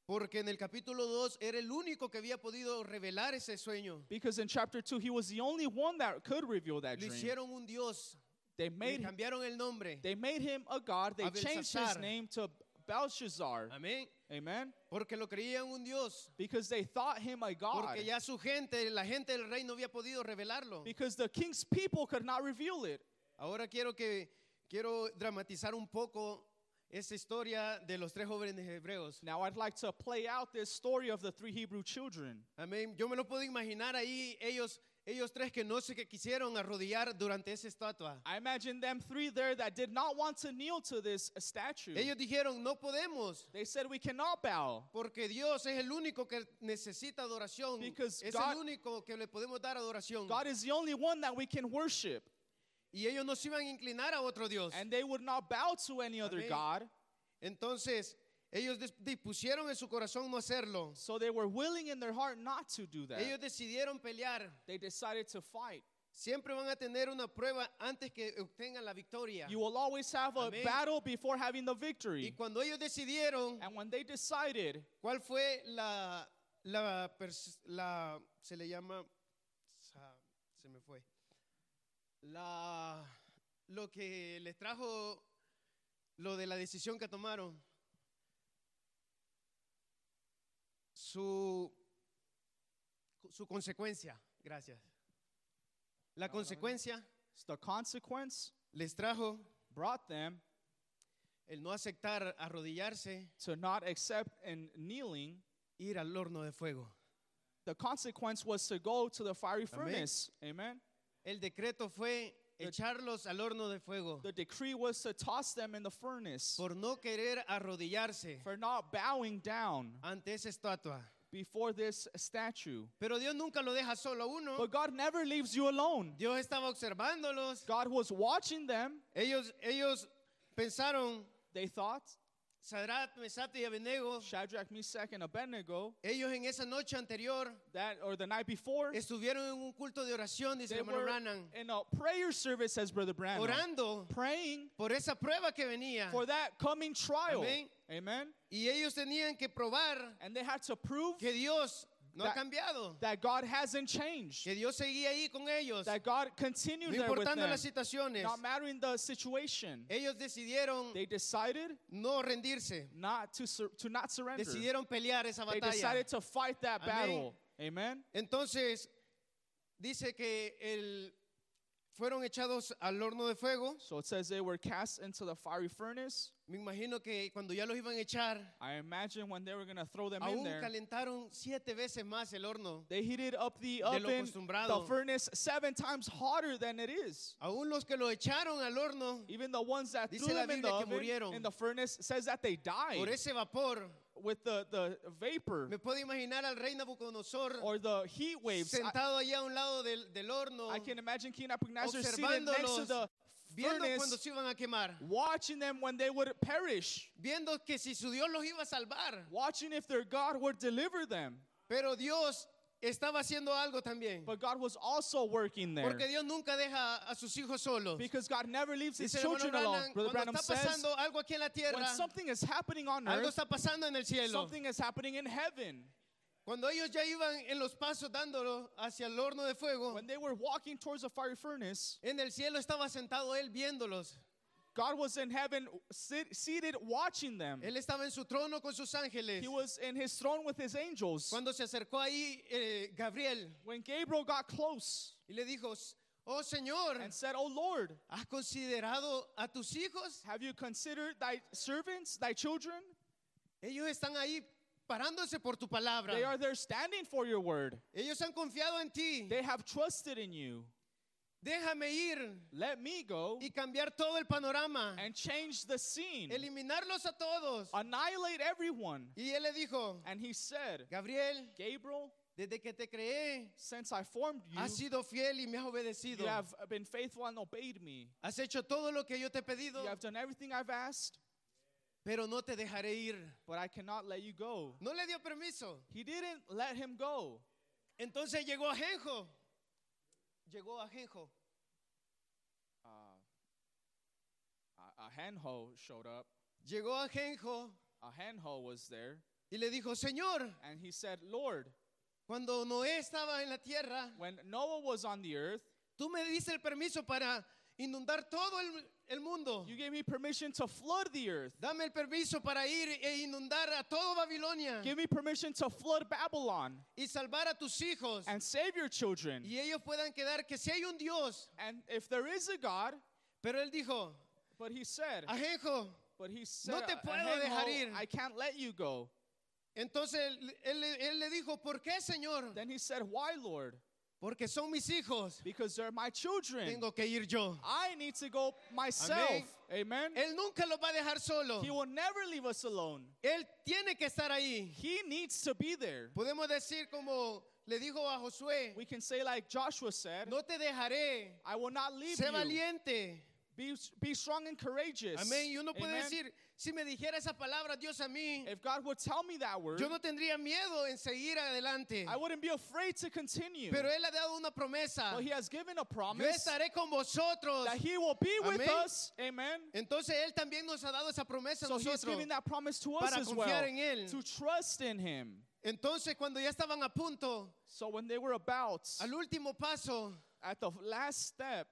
Porque en el capítulo 2 era el único que había podido revelar ese sueño. because in chapter 2 he was the only one that could reveal that Lo dream. hicieron un dios, They le made him, cambiaron el nombre. they made him a god. They changed his Belteshazzar. name to Belshazzar. Amén. Amen. Porque lo creían un dios. Because they thought him a god. Porque ya su gente, la gente del rey no había podido revelarlo. Because the king's people could not reveal it. Ahora quiero que quiero dramatizar un poco esa historia de los tres jóvenes hebreos. Now I'd like to play out this story of the three Hebrew children. Amén. Yo me lo puedo imaginar ahí ellos ellos tres que no se que quisieron arrodillar durante esa estatua. I imagine them three there that did not want to kneel to this statue. Ellos dijeron, "No podemos." They said, We cannot bow. Porque Dios es el único que necesita adoración. Because es God- el único que le podemos dar adoración. God is the only one that we can worship. y ellos no se iban a inclinar a otro Dios. And they would not bow to any other Amén. God. Entonces, ellos dis- dispusieron en su corazón no hacerlo. So they were willing in their heart not to do that. Ellos decidieron pelear. They decided to fight. Siempre van a tener una prueba antes que obtengan la victoria. You will always have a Amén. battle before having the Y victory. cuando ellos decidieron And when they decided, cuál fue la, la, pers- la- se le llama, sa- se me fue, la, lo que les trajo, lo de la decisión que tomaron, su, su consecuencia, gracias. La consecuencia the consequence les trajo brought them el no aceptar arrodillarse, to not accept and kneeling. ir al horno de fuego. The consequence was to go to the fiery furnace. Amen. El decreto fue The- echarlos al horno de fuego The decree was to toss them in the furnace por no querer arrodillarse for not bowing down ante esa estatua. before this statue. Pero Dios nunca lo deja solo a uno. But God never leaves you alone. Dios estaba observándolos. God was watching them, Ellos, ellos pensaron, they thought. Sadrat, Mesat y Abednego, Shadrach, Meshach, and Abednego, ellos en esa noche anterior that or the night before, estuvieron en un culto de oración, dice they el hermano were Branham, in a prayer service, says Brother Branham, orando praying por esa prueba que venía. for that coming trial. Amén. Amen. Y ellos tenían que probar And they had to prove que Dios no ha That- cambiado, that God hasn't changed, que Dios seguía ahí con ellos. that God continued No there with importando them, las situaciones, not mattering the situation. ellos decidieron They decided no rendirse. not to sur- to not surrender. Decidieron pelear esa They batalla. decided to fight that Amén. battle. Amen. Entonces, dice que el, fueron echados al horno de fuego. So it says they were cast into the fiery furnace. Me imagino que cuando ya los iban a echar, I imagine when they were going to throw them in aún there, calentaron siete veces más el horno. They heated up the lo oven, the acostumbrado. furnace, seven times hotter than it is. Aún los que lo echaron al horno Even the ones that Dice threw la them in the Biblia que oven, murieron. in the furnace, says that they por died ese vapor. with the, the vapor Me puedo imaginar al rey Nabucodonosor or the heat waves. I, sentado allá a un lado del, del horno, I can imagine King Nebuchadnezzar sitting next to the observándolos, viendo cuando furnace, se iban a quemar, watching them when they would perish, viendo que si su Dios los iba a salvar. watching if their God would deliver them. Pero Dios estaba haciendo algo también. But God was also working there. Porque Dios nunca deja a sus hijos solos. Because God never leaves his Dice el hermano children alone. Branham, Brother cuando Branham está says, pasando algo aquí en la when tierra, something is happening on algo earth, está pasando en el cielo. something is happening in heaven. Cuando ellos ya iban en los pasos dándolo hacia el horno de fuego, When they were walking towards a fiery furnace, en el cielo estaba sentado él viéndolos. God was in heaven sit, seated watching them. Él estaba en su trono con sus ángeles. He was in his throne with his angels. Cuando se acercó ahí eh, Gabriel When Gabriel got close y le dijo, "Oh Señor, and said, Oh Lord, ¿has considerado a tus hijos? have you considered thy servants, thy children? Ellos están ahí parándose por tu palabra. They are there standing for your word. Ellos han confiado en ti. They have trusted in you. Déjame ir Let me go y cambiar todo el panorama. and change the scene, Eliminarlos a todos. annihilate everyone. Y él le dijo, And he said, Gabriel, Gabriel, desde que te creé, since I formed you, has sido fiel y me has obedecido. you have been faithful and obeyed me. Has hecho todo lo que yo te he pedido, You have done everything I've asked, pero no te dejaré ir. but I cannot let you go. No le dio permiso. He didn't let him go. Entonces llegó a Genjo. Llegó a Genjo. Uh, a, a henho showed up. Llegó a Genjo A henho was there, y le dijo, Señor, and he said, Lord, cuando Noé estaba en la tierra, when Noah was on the earth, tú me diste el permiso para inundar todo el, el mundo. you gave me permission to flood the earth. Dame el permiso para ir e inundar a todo Babilonia Give me permission to flood Babylon y salvar a tus hijos. and save your children. Y ellos puedan quedar que si hay un Dios. And if there is a God, Pero él dijo, but he said, Ajenjo. but he said, te "A puedo henho, dejar ir." I can't let you go. Entonces él, él- él le dijo, ¿por qué, Señor? Then he said, Why, Lord? Porque son mis hijos. Because they're my children. Tengo que ir yo. I need to go myself. Amen. Él nunca los va a dejar solo. He will never leave us alone. Él tiene que estar ahí. He needs to be there. Podemos decir como le dijo a Josué, We can say, like Joshua said, no te dejaré. I will not leave Sé you. valiente. Be, be strong and courageous. Amén. Y uno puede Amen. decir, si me dijera esa palabra Dios a mí, if God would tell me that word, yo no tendría miedo en seguir adelante. I wouldn't be afraid to continue. Pero Él ha dado una promesa. but He has given a Yo promise estaré con vosotros. that He will be with Amén. us. Amen. Entonces Él también nos ha dado esa promesa a So He's nosotros. giving that promise to us Para as confiar well. en Él. To trust in Him. Entonces cuando ya estaban a punto, So when they were about al último paso, at the last step,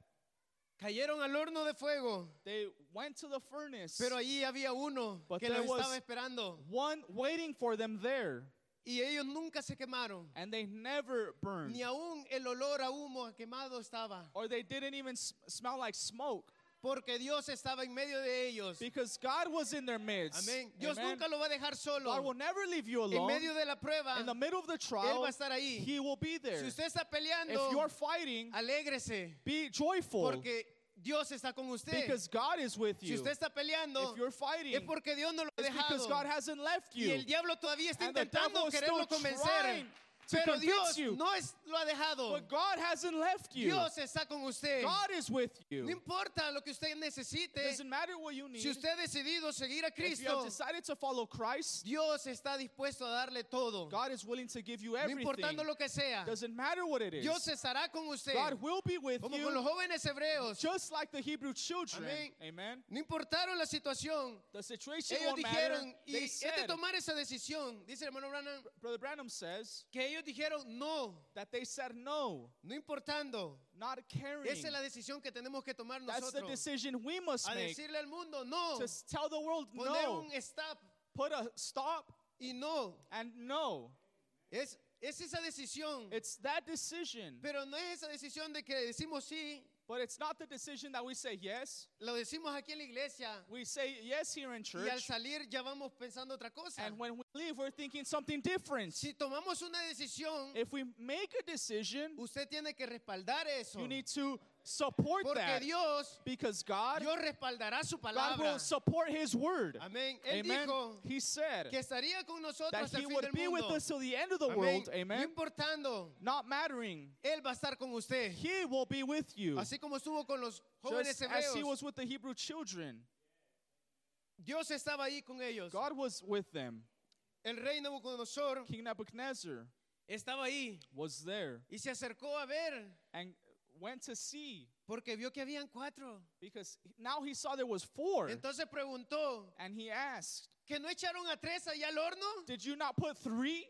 cayeron al horno de fuego. they went to the furnace. Pero allí había uno But que los there was- estaba esperando one waiting for them there, y ellos nunca se quemaron. and they never burned, Ni aún el olor a humo a quemado estaba, or they didn't even s- smell like smoke, porque Dios estaba en medio de ellos. because God was in their midst. Amén. Dios Amen. nunca lo va a dejar God will solo. never leave you En alone. medio de la prueba, in the middle of the Él trial, va a estar ahí. He will be there. Si usted está if peleando, you're fighting, alégrese, be joyful, porque Dios está con usted. because God is with Si you. usted está peleando, if you're fighting, es porque Dios no lo ha it's because God dejado. hasn't left Y you. el diablo todavía está And the devil intentando is quererlo still convencer. trying to Pero convince Dios you. no es- lo ha dejado. but God hasn't left you. Dios está con usted. God is with you. No importa lo que usted It necesite. doesn't matter what you need. Si usted ha decidido seguir a if you have Cristo, decided to follow Christ, Dios está dispuesto a darle todo. God is willing to give you No everything. importando lo que sea. Doesn't matter what it is. Dios estará con usted. God will be with Como con los you, jóvenes hebreos. just like the Hebrew children. Amén. Amen. No importaron la situación. The situation Ellos won't matter. dijeron, y They es de said, tomar esa decisión, dice el hermano Branham, Brother Branham says que ellos dijeron, no, that they said no, no importando. not caring. Esa es la decisión que tenemos que tomar That's the nosotros. decision we must A make. decirle al mundo, no. To s- tell the world Poner no, un e- stop put a stop y no. and no. Es, es esa decisión. It's that decision, Pero no es esa decisión de que decimos sí, but it's not the decision that we say yes. lo decimos aquí en la iglesia We say yes here in y al church, salir ya vamos pensando otra cosa. and when we leave, we're thinking something different. Si tomamos una decisión, If we make a decision, usted tiene que respaldar eso. you need to support Porque that Dios, because God, Dios respaldará su God palabra. will support His word. Amén. Él Amen. dijo He said que estaría con nosotros that hasta el He fin would del be with mundo. us till the end of the Amén. world. No Amen. importando, Not mattering, Él va a estar con usted. He will be with you. Así como estuvo con los jóvenes Just as He hebreos, was with the Hebrew children, Dios estaba ahí con ellos. God was with them. El rey Nabucodonosor King Nebuchadnezzar estaba ahí was there y se acercó a ver and went to see porque vio que habían cuatro. because now he saw there was four, Entonces preguntó, and he asked, ¿que no echaron a tres allá al horno? "Did you not put three?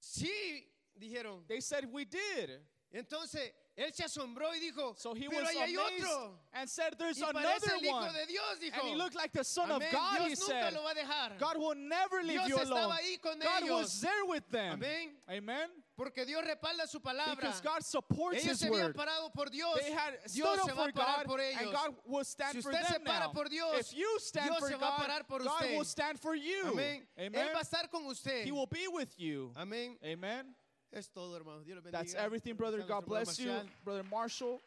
Sí, dijeron. They said we did. Entonces él se asombró y dijo, So he pero was ahí hay amazed otro. and said, There's Y parece el another hijo one. de Dios, And he dijo. looked like the Son of Amén. God, he Dios nunca said. lo va a dejar. God will never leave Dios you estaba alone. ahí con God ellos. was there with them. Amén. Amen. Porque Dios respalda su palabra. Because God supports His Ellos se habían word. parado por Dios. They had stood Dios up se va for a parar God, por and ellos. God will stand si for usted se them para now. por Dios, if you stand Dios for se va a God, parar por God usted. will stand for you. Amén. Amen. Él va a estar con usted. He will be with you. Amén. Amen. Es todo, hermano. Dios le bendiga. That's everything, brother. Bendiga a God nuestro hermano bless you, Marcial. brother Marshall.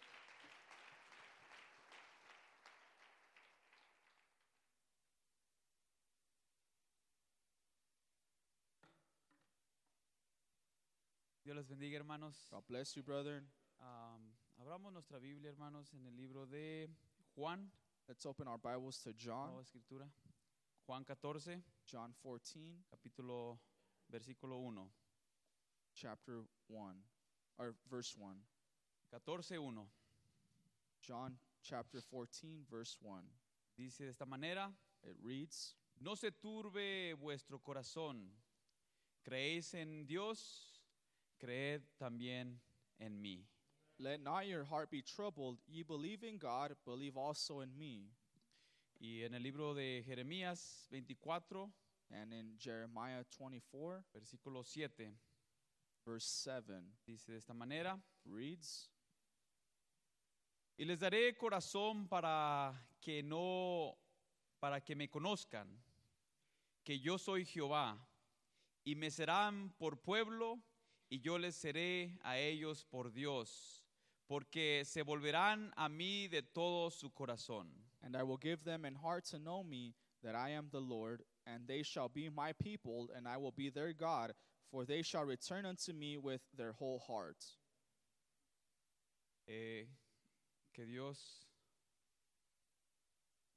Dios les bendiga, hermanos. God bless you, brother. Am, abramos nuestra Biblia, hermanos, en el libro de Juan, Let's open our Bibles to John, Nueva Escritura. Juan 14, John 14, capítulo, versículo 1. chapter 1, or verse 1. 14, 1. John chapter 14, verse 1. Dice de esta manera, It reads, no se turbe vuestro corazón. Creéis en Dios, creed también en mí. Let not your heart be troubled. Ye believe in God, believe also in me. Y en el libro de Jeremías 24, And in Jeremiah 24, versículo 7, verse 7, dice de esta manera, reads, Y les daré corazón para que no, para que me conozcan, que yo soy Jehová, y me serán por pueblo, y yo les seré a ellos por Dios, porque se volverán a mí de todo su corazón. And I will give them an heart to know me, that I am the Lord, and they shall be my people, and I will be their God, for they shall return unto me with their whole heart. Eh, que Dios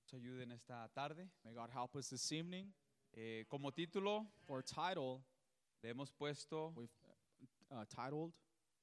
nos ayude en esta tarde. May God help us this evening. Eh, como título For title, le hemos puesto we've uh, titled,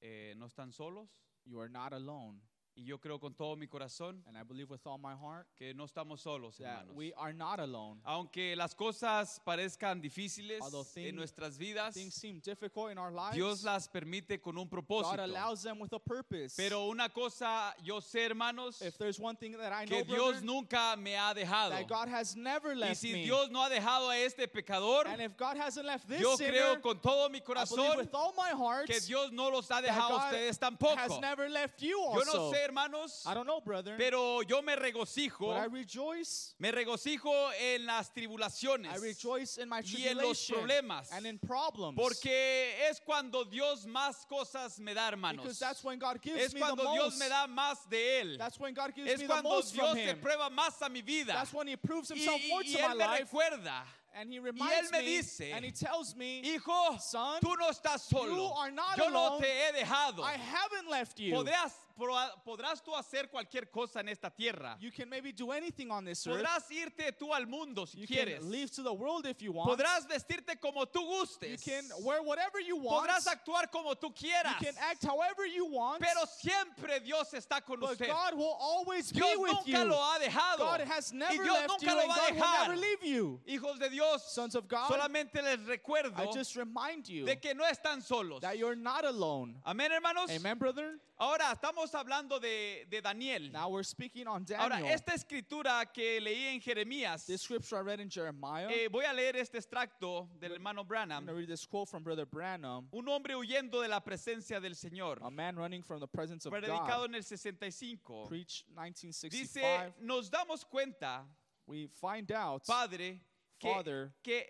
eh, No están solos, You Are Not Alone. y yo creo con todo mi corazón And I believe with all my heart que no estamos solos, that hermanos. we are not alone. Aunque las cosas parezcan difíciles Although thing- en nuestras vidas, Things seem difficult in our lives. Dios las permite con un God propósito. allows them with a purpose. Pero una cosa yo sé, hermanos, if there's one thing that I know, que Dios brother, nunca me ha dejado. that God has never Y left si me. Dios no ha dejado a este pecador, and if God hasn't left this yo sinner, creo con todo mi I believe corazón with all my heart que Dios no los ha that dejado a God ustedes has tampoco. never left you Yo also. no sé, hermanos, I don't know, brother, pero yo me regocijo, but I rejoice. me regocijo en las I tribulaciones. rejoice in my Y en los tribulation problemas. and in problems. Porque es cuando Dios más cosas me da, hermanos. because that's when God gives Es me the cuando Dios most. me da más de Él. That's when God gives Es me the cuando most Dios from te Him. prueba más a mi vida. That's when He proves Y, Himself more y- y to my Él me life. recuerda, And He reminds me me, dice, and He tells me, hijo, Son, tú no estás solo. you are not Yo no alone. te he dejado. I haven't left you. Podrás, pro- podrás tú hacer cualquier cosa en esta tierra. You can maybe do anything on this earth. Podrás irte tú al mundo si You quieres. can leave to the world if you want. Podrás vestirte como tú you gustes. can wear whatever you want. Podrás actuar como tú you quieras. can act however you want. Pero siempre Dios está con but usted. God will always Dios be with nunca you. lo ha dejado. God has y never Dios left nunca you, lo and va a God will dejar. never leave you. Hijos de Dios, Sons of God, solamente les recuerdo I just remind you de que no están solos. that you're not alone. Amén, hermanos. Amen, brother. Ahora estamos hablando de, de Daniel. Now we're speaking on Ahora, Daniel. esta escritura que leí en Jeremías, this scripture I read in Jeremiah. eh, voy a leer este extracto del hermano I'm going Branham. to read this quote from Brother Branham, Un hombre huyendo de la presencia del Señor, a man running from the presence of predicado God. en el 65. Preach Dice, 1965. nos damos cuenta we find out Padre, que, Father. que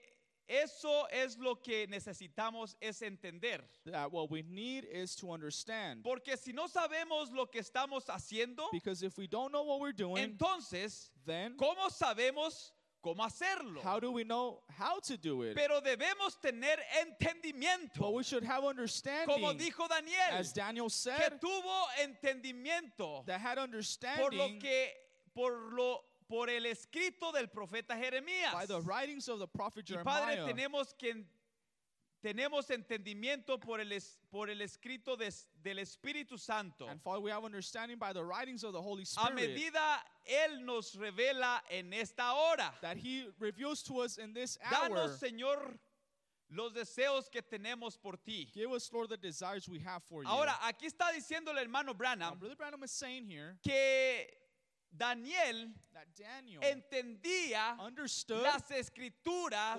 eso es lo que necesitamos es entender. that what we need is to understand. Porque si no sabemos lo que estamos haciendo, Because if we don't know what we're doing, entonces, then ¿cómo sabemos cómo hacerlo? how do we know how to do it? Pero debemos tener But entendimiento. we should have understanding, Como dijo Daniel, as Daniel que said, tuvo entendimiento that had por lo understanding que por lo por el escrito del profeta Jeremías. by the writings of the prophet Y Padre, Jeremiah. tenemos que en- tenemos entendimiento por el es- por el escrito des- del Espíritu Santo. And Father, we have understanding by the writings of the Holy A Spirit medida él nos revela en esta hora. that He reveals to us in this hour. Danos, Señor, los deseos que tenemos por ti. Give us, Lord, the desires we have for you. Ahora, aquí está diciendo el hermano now, Branham Brother Branham is saying here que Daniel that Daniel entendía understood las the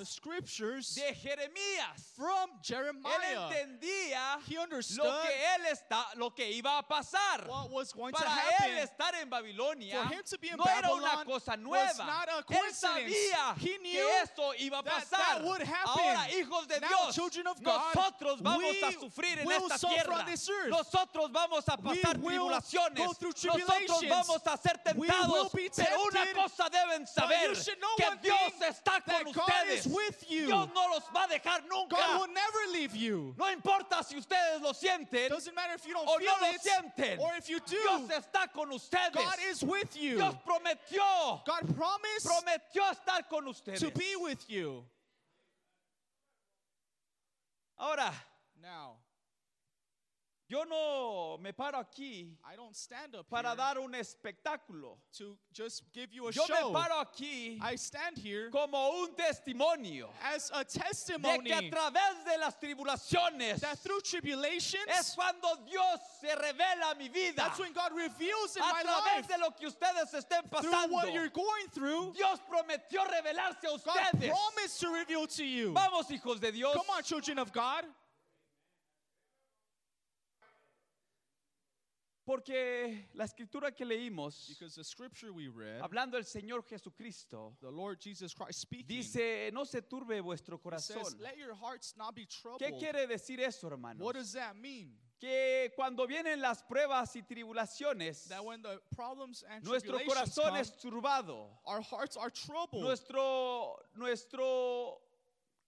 escrituras scriptures de Jeremías. from Él Jeremiah. entendía He understood lo que él está, lo que iba a pasar. what was going to Para él happen. estar en Babilonia For him to be in no era una Babylon cosa was nueva. not a él coincidence. sabía He knew que esto iba that a pasar. that would happen. Ahora, hijos de Now, Dios, children of God, nosotros vamos we a sufrir en will esta suffer on tierra. this earth. Nosotros vamos a We pasar will tribulaciones. go through Nosotros tribulations. vamos a ser We will tentados. be Pero una tempted, cosa deben saber, you should know que one Dios thing, está that con God ustedes. is with you. Dios no los va a dejar nunca. God will never leave you. No importa si ustedes lo sienten Doesn't matter if you don't o feel no lo it sienten. or if you do. Dios está con ustedes. God is with you. Dios prometió, God promised prometió estar con ustedes. to be with you. Ahora, Now, yo no me paro aquí I don't stand up para here dar un espectáculo. to just give you a Yo show. me paro aquí I stand here como un testimonio as a de que a testimony través de las tribulaciones that through tribulations, es cuando Dios se revela a mi vida. that's when God reveals in A my través life de lo que ustedes estén through pasando, what you're going through. Dios prometió revelarse a God ustedes. promised to reveal to you. Vamos, hijos de Dios. Come on, children of God. Porque la escritura que leímos, Because the scripture we read, hablando el Señor Jesucristo, the Lord Jesus Christ speaking, dice, no se turbe vuestro says, corazón. Let your hearts not be troubled. ¿Qué quiere decir eso, hermano? What does that mean? Que cuando vienen las pruebas y tribulaciones, That when the problems and nuestro tribulations corazón come, es turbado, our hearts are troubled. nuestro, nuestro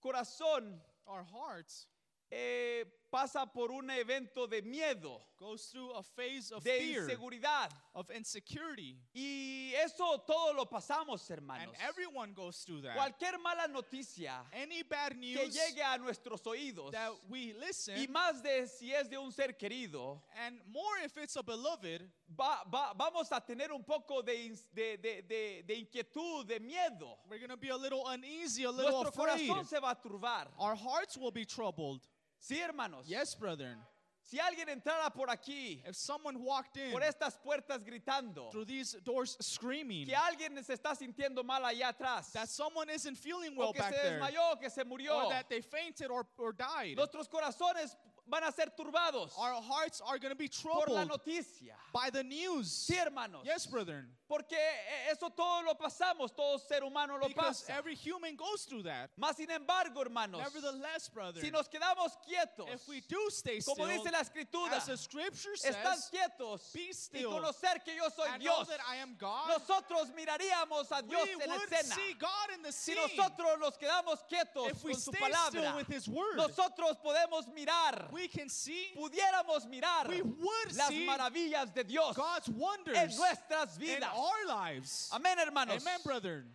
corazón our hearts eh, pasa por un evento de miedo, goes through a phase of de fear, inseguridad. of insecurity. Y eso todo lo pasamos, And hermanos. everyone goes through that. Cualquier mala noticia Any bad que news llegue a nuestros oídos, that we listen, y más de si es de un ser querido, and more if it's a beloved, va- va- vamos a tener un poco de, ins- de- de- de- de inquietud, de miedo. we're going to be a little uneasy, a little Nuestro afraid. corazón se va a turbar. Our hearts will be troubled. Sí, hermanos. Yes, brethren. Si alguien entrara por aquí, If someone walked in por estas puertas gritando, through these doors screaming que alguien se está sintiendo mal allá atrás, that someone isn't feeling well o que back se there, desmayó, que se murió, or that they fainted or, or died, nuestros corazones van a ser turbados our hearts are going to be por la troubled noticia. by the news. Sí, hermanos. Yes, brethren. Porque eh, eso todo lo pasamos, todo ser humano lo Because pasa. every human goes through that. Más sin embargo, hermanos, Nevertheless, brethren, si nos quedamos quietos, if we do stay still, como dice la escritura, as the scripture says, están quietos be y still conocer que yo soy and know Dios. that I am God, Nosotros miraríamos a we Dios en would escena. see God in the Si scene. nosotros nos quedamos quietos if we con su stay still palabra, with His word, nosotros podemos mirar, we can see pudiéramos mirar we would las see maravillas de Dios God's wonders en nuestras in vidas. our lives. Amén, hermanos. Amen, brethren.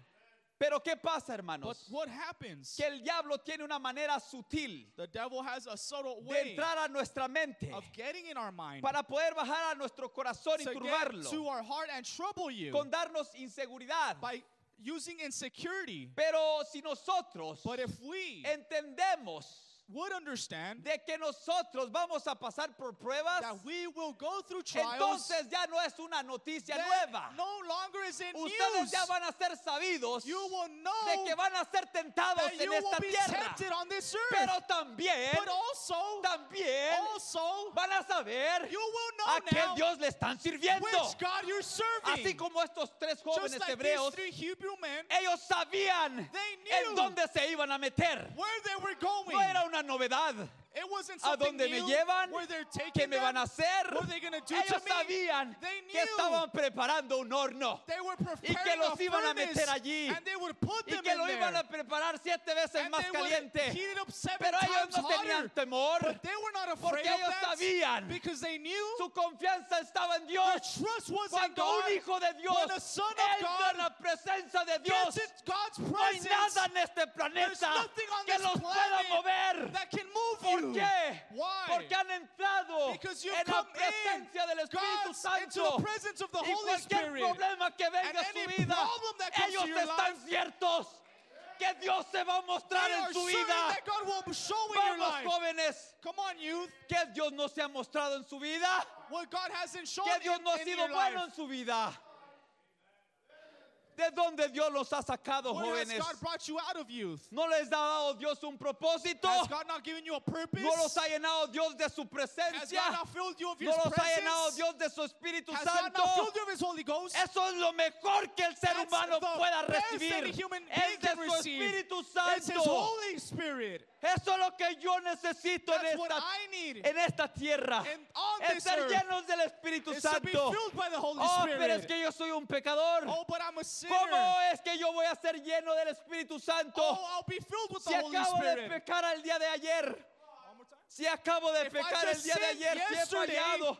Pero ¿qué pasa, But hermanos? what happens? Que el diablo tiene una manera sutil The devil has a subtle de way entrar a nuestra mente of getting in our mind para poder bajar a nuestro corazón to y get to turbarlo, our heart and trouble you con darnos inseguridad. by using insecurity. Pero si nosotros But if we entendemos would understand de que nosotros vamos a pasar por pruebas, that we will go through trials, entonces ya no es una noticia then nueva. no longer is it Ustedes news. ya van a ser sabidos You de will know que van a ser tentados that you en will esta be tierra. tempted on this earth. Pero también, But also, también also, van a saber you will a know now qué Dios le están sirviendo. which God you're Así serving. como estos tres Just jóvenes like hebreos, these three Hebrew men, ellos sabían They knew. en dónde se iban a meter. where they were going, No era una novedad. it wasn't a something dónde me new, llevan, where they're qué taking me van a them. hacer. What are they gonna do Ellos to me? sabían They que knew. estaban preparando un horno They were y preparing que los a iban a furnace, meter allí and they would put y them que in lo there. iban a preparar siete veces and más they would heat caliente. it up seven Pero ellos times no tenían hotter. temor. But they were not Porque afraid ellos of that sabían. because they knew Su confianza estaba en their Dios. trust was in Cuando God. un hijo de Dios when the Son of entra God en la presencia de Dios, gets in God's no hay presence nada en este there's planeta nothing on que this los pueda planet mover. that can move ¿Por you. qué? Why? Porque han entrado Because you've en la come presencia in del Espíritu God's into Santo. the presence of the Y Holy cualquier Spirit. problema que venga a And su any vida, problem that comes ellos to your están life, ciertos que Dios se va a mostrar They en are su certain vida. that God will show in your Vamos, life. jóvenes, Come on, youth. que Dios no se ha mostrado en su vida, What God hasn't shown que Dios in, no ha in sido your bueno life. en su vida. de donde Dios los ha sacado, Where has jóvenes. God brought you out of youth? ¿No les ha dado Dios un propósito? Has God not given you a purpose? ¿No los ha llenado Dios de su Has presencia? God not filled you of ¿No His los ha llenado presence? Dios de su Espíritu Has God not Santo? filled you of His Holy Ghost? Eso es lo mejor que el ser That's humano the pueda best that a recibir. human Es being de can su receive. Espíritu It's His Santo. Holy Spirit. Eso es lo que yo necesito en That's what esta, I need. en esta tierra. And on Es this ser earth llenos del Espíritu It's to be Santo. filled by the Holy Oh, Spirit. pero es que yo soy un pecador. Oh, but I'm a sinner. ¿Cómo es que yo voy a ser lleno del Espíritu Oh, Santo I'll be filled with si the Holy acabo de Spirit. pecar el día de ayer? Si acabo If de I pecar el just día de sinned ayer, si he yesterday, fallado,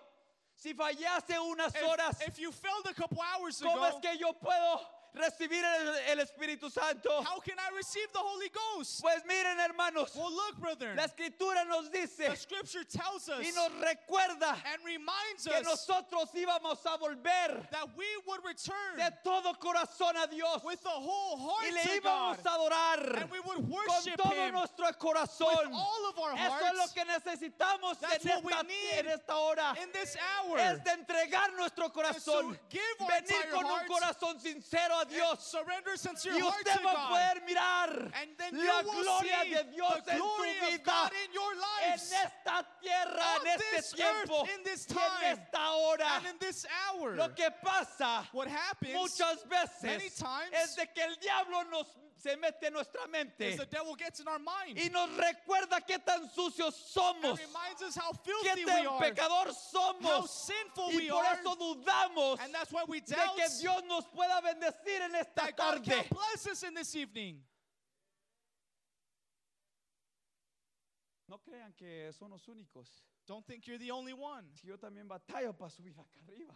si fallé hace unas If- horas, If, you failed a couple hours ¿cómo ago, es que yo puedo recibir el, el Espíritu Santo? how can I receive the Holy Ghost? Pues miren, hermanos, Well, look, brethren, la Escritura nos dice the Scripture tells us y nos recuerda and reminds que us nosotros íbamos a volver that we would return de todo corazón a Dios with the whole heart y le to God, íbamos a adorar and we would con worship todo Him nuestro with corazón. all of our Eso es lo hearts que necesitamos That's en what we esta, need en esta hora. in this hour. Es de entregar nuestro corazón, give our venir entire con un hearts corazón sincero a and Dios. surrender sincere Y heart usted to va a God. poder mirar And then you la will gloria see de Dios the en tu glory of vida, God in your en lives. esta tierra, on en este this tiempo, earth, in this y en time, esta hora. And in this hour, Lo que pasa what happens muchas many veces times es de que el diablo nos, se mete en nuestra mente is the devil gets in our mind y nos recuerda qué tan sucios and somos, reminds us how qué filthy we tan are, pecador how somos. sinful Y we por are, eso dudamos and that's why we de doubt que Dios nos pueda bendecir en esta that God can tarde. bless us in this evening. No crean que son los únicos. Don't think you're the only one. Si yo también batallo para subir acá arriba.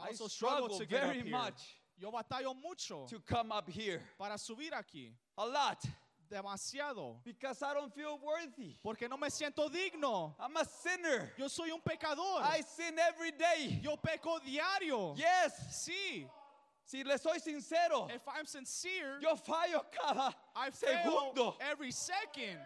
I I also struggle struggle to get up very here. much Yo batallo mucho to come up here. para subir aquí. A lot. Demasiado. Because I don't feel worthy. Porque no me siento digno. I'm a sinner. Yo soy un pecador. I sin every day. Yo peco diario. Yes. Sí. Si le soy sincero, If I'm sincere, yo fallo cada I fail segundo. every second.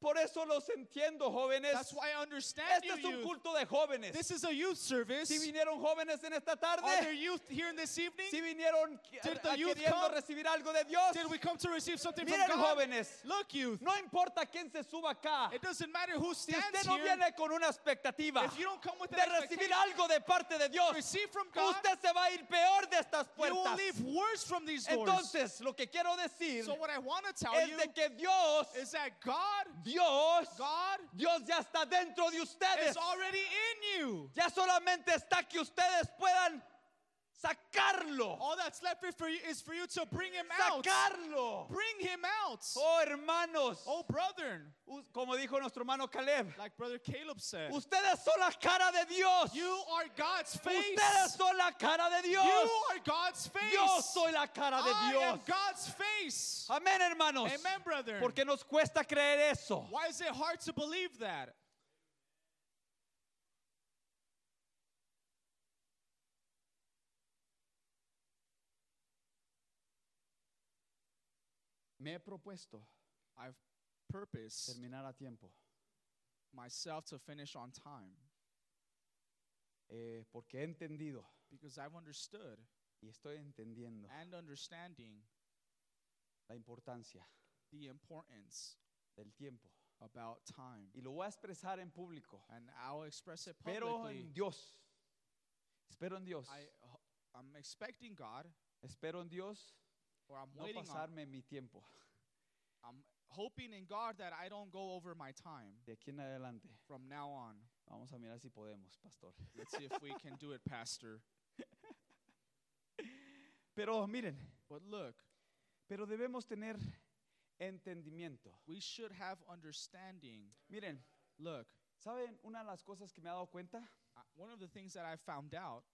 Por eso los entiendo, jóvenes. That's why I understand Este es you. un youth. culto de jóvenes. This is a youth service. Si vinieron jóvenes en esta Are there tarde, youth here in this evening? si vinieron qui- Did the a- youth queriendo come? recibir algo de Dios, Did we come to receive something Miren, from God? jóvenes. Look, youth. no importa quién se suba acá. It doesn't matter who Si stands usted no here. viene con una expectativa if you don't come with an de recibir expectation, algo de parte de Dios, receive from God, usted se va a ir peor de estas you will puertas. leave worse from these doors. Entonces, lo que quiero decir so what I want to tell you es de que Dios, is that God, Dios, God Dios ya está dentro de ustedes. is already in you. Ya solamente está que ustedes puedan sacarlo, All that's left for you is for you to bring him out. sacarlo. Bring him out. Oh, hermanos, Oh, brethren, u- como dijo nuestro hermano Caleb, like Brother Caleb said, ustedes son la cara de Dios. you are God's Ustedes face. son la cara de You Dios. are God's face. Yo soy la cara de I am Dios. God's face. Amén, hermanos. Amen, brethren. Porque nos cuesta creer eso. Why is it hard to believe that? Me he propuesto I've purposed terminar a tiempo myself to finish on time eh, porque he entendido because I've understood y estoy entendiendo and understanding la importancia the importance del tiempo. about time. Y lo voy a expresar en público. And I'll express it Espero publicly. en Dios. Espero en Dios. I, ho- I'm expecting God, Espero en Dios or I'm no waiting on, pasarme mi tiempo I'm hoping in God that I don't go over my time de aquí en adelante. from now on. Vamos a mirar si podemos, pastor. Let's see if we can do it, Pastor. Pero miren, But look, pero debemos tener entendimiento. we should have understanding. Miren, Look, ¿saben una de las cosas que me he dado cuenta? I, one of the things that I found out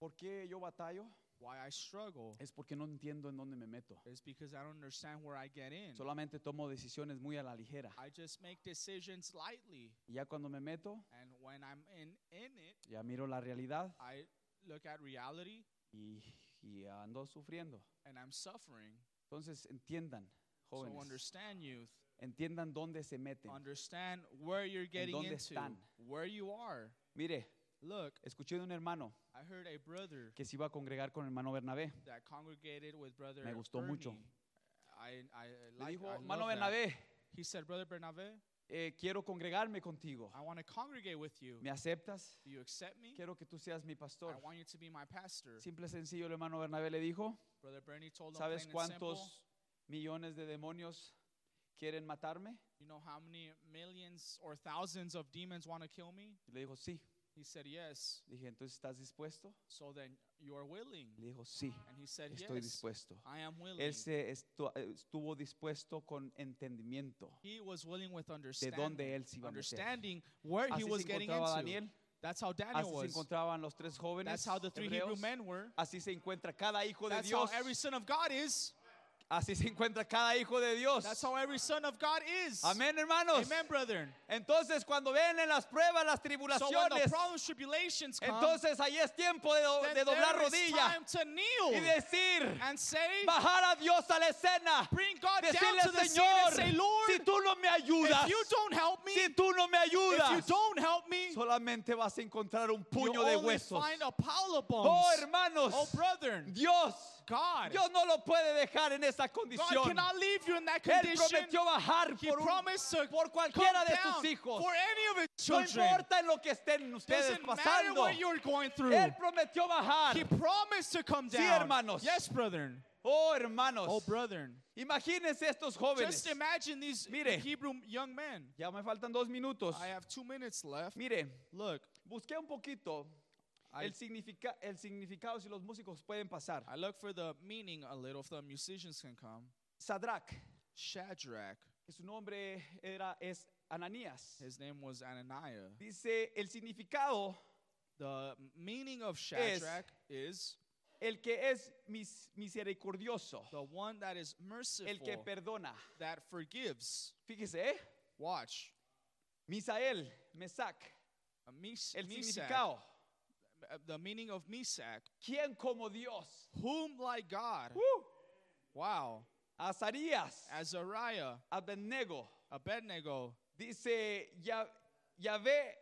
¿Por qué yo batallo? why I struggle Es porque no entiendo en dónde me meto. is because I don't understand where I get in. Solamente tomo decisiones muy a la ligera. I just make decisions lightly, Y ya cuando me meto, and when I'm in in it, ya miro la realidad I look at reality y, y ando sufriendo. and I'm suffering. Entonces entiendan, So jóvenes, understand, youth. entiendan dónde se meten. Understand where you're getting dónde into, están. where you are. Mire, Look, Escuché de un hermano I heard a brother que se iba a congregar con el hermano Bernabé. that congregated with brother Me gustó Bernie. mucho. I, I Le like, dijo, I hermano love that." Bernabé, He said, Brother Bernabe, eh, quiero congregarme contigo. I want to congregate with you. ¿Me aceptas? Do you accept me? Quiero que tú seas mi I pastor. want you to be my pastor. Simple y sencillo, el hermano Bernabé le dijo, Brother Bernie told him, ¿sabes plain and simple, cuántos millones de demonios quieren matarme? You know how many millions or thousands of demons want to kill me? Y le dijo, sí. He said, Yes. Dije, ¿entonces estás dispuesto? So then you are willing. Le dijo, sí, And he said, estoy Yes. dispuesto. I am willing. Él se estu- estuvo dispuesto con entendimiento He was willing with de understanding. dónde él se iba a meter. understanding where he Así was se getting encontraba into. Daniel, That's how así Daniel se was. encontraban los tres jóvenes That's how the three Hebrew hebreos, men were. así se encuentra cada hijo de That's how Dios, every son of God is. así se encuentra cada hijo de Dios. That's how every son of God is. Amén, hermanos. Amen, brethren. Entonces, cuando vienen las pruebas, So las when the tribulaciones, problems, tribulations come, entonces ahí es tiempo de, do- then de doblar there is rodilla time to kneel y decir, and say, bajar a Dios a la escena, bring God decirle, down to the scene Señor, and say, Lord, si tú no me ayudas, if you don't help me, si tú no me if you ayudas, don't help me, solamente vas a encontrar un you puño de only huesos. find a pile of bones. Oh, hermanos, oh, brethren, Dios, God, Dios no lo puede dejar en esa God condición. cannot leave you in that Él condition. prometió bajar He por, un- promised to por come cualquiera de down sus hijos. for any of his No children. importa en lo que estén ustedes Doesn't matter pasando. what you're going through. Él prometió bajar. He promised to come Sí, down. hermanos. Yes, brethren. Oh, hermanos. Oh, brethren. Imagínense estos jóvenes. Just imagine these Mire. Hebrew young men. Ya me faltan dos minutos. I have two minutes left. Mire, Look, busqué un poquito I- el, significa, el significado si los músicos pueden pasar. I look for the meaning a little if the musicians can come. Sadrach, Shadrach, que su nombre era, es Ananías. his name was Ananiah. Dice, el significado, The meaning of Shadrach is el que es mis- misericordioso, the one that is merciful, el que perdona. that forgives. Fíjese, ¿eh? Watch. Misael, Mesac, A mes- el Mesac, significado. uh, the meaning of Mesac, ¿Quién como Dios? whom like God. Uh, Wow. Azarías, Azariah, Abednego. Abednego, Dice, "Ya- Yahvé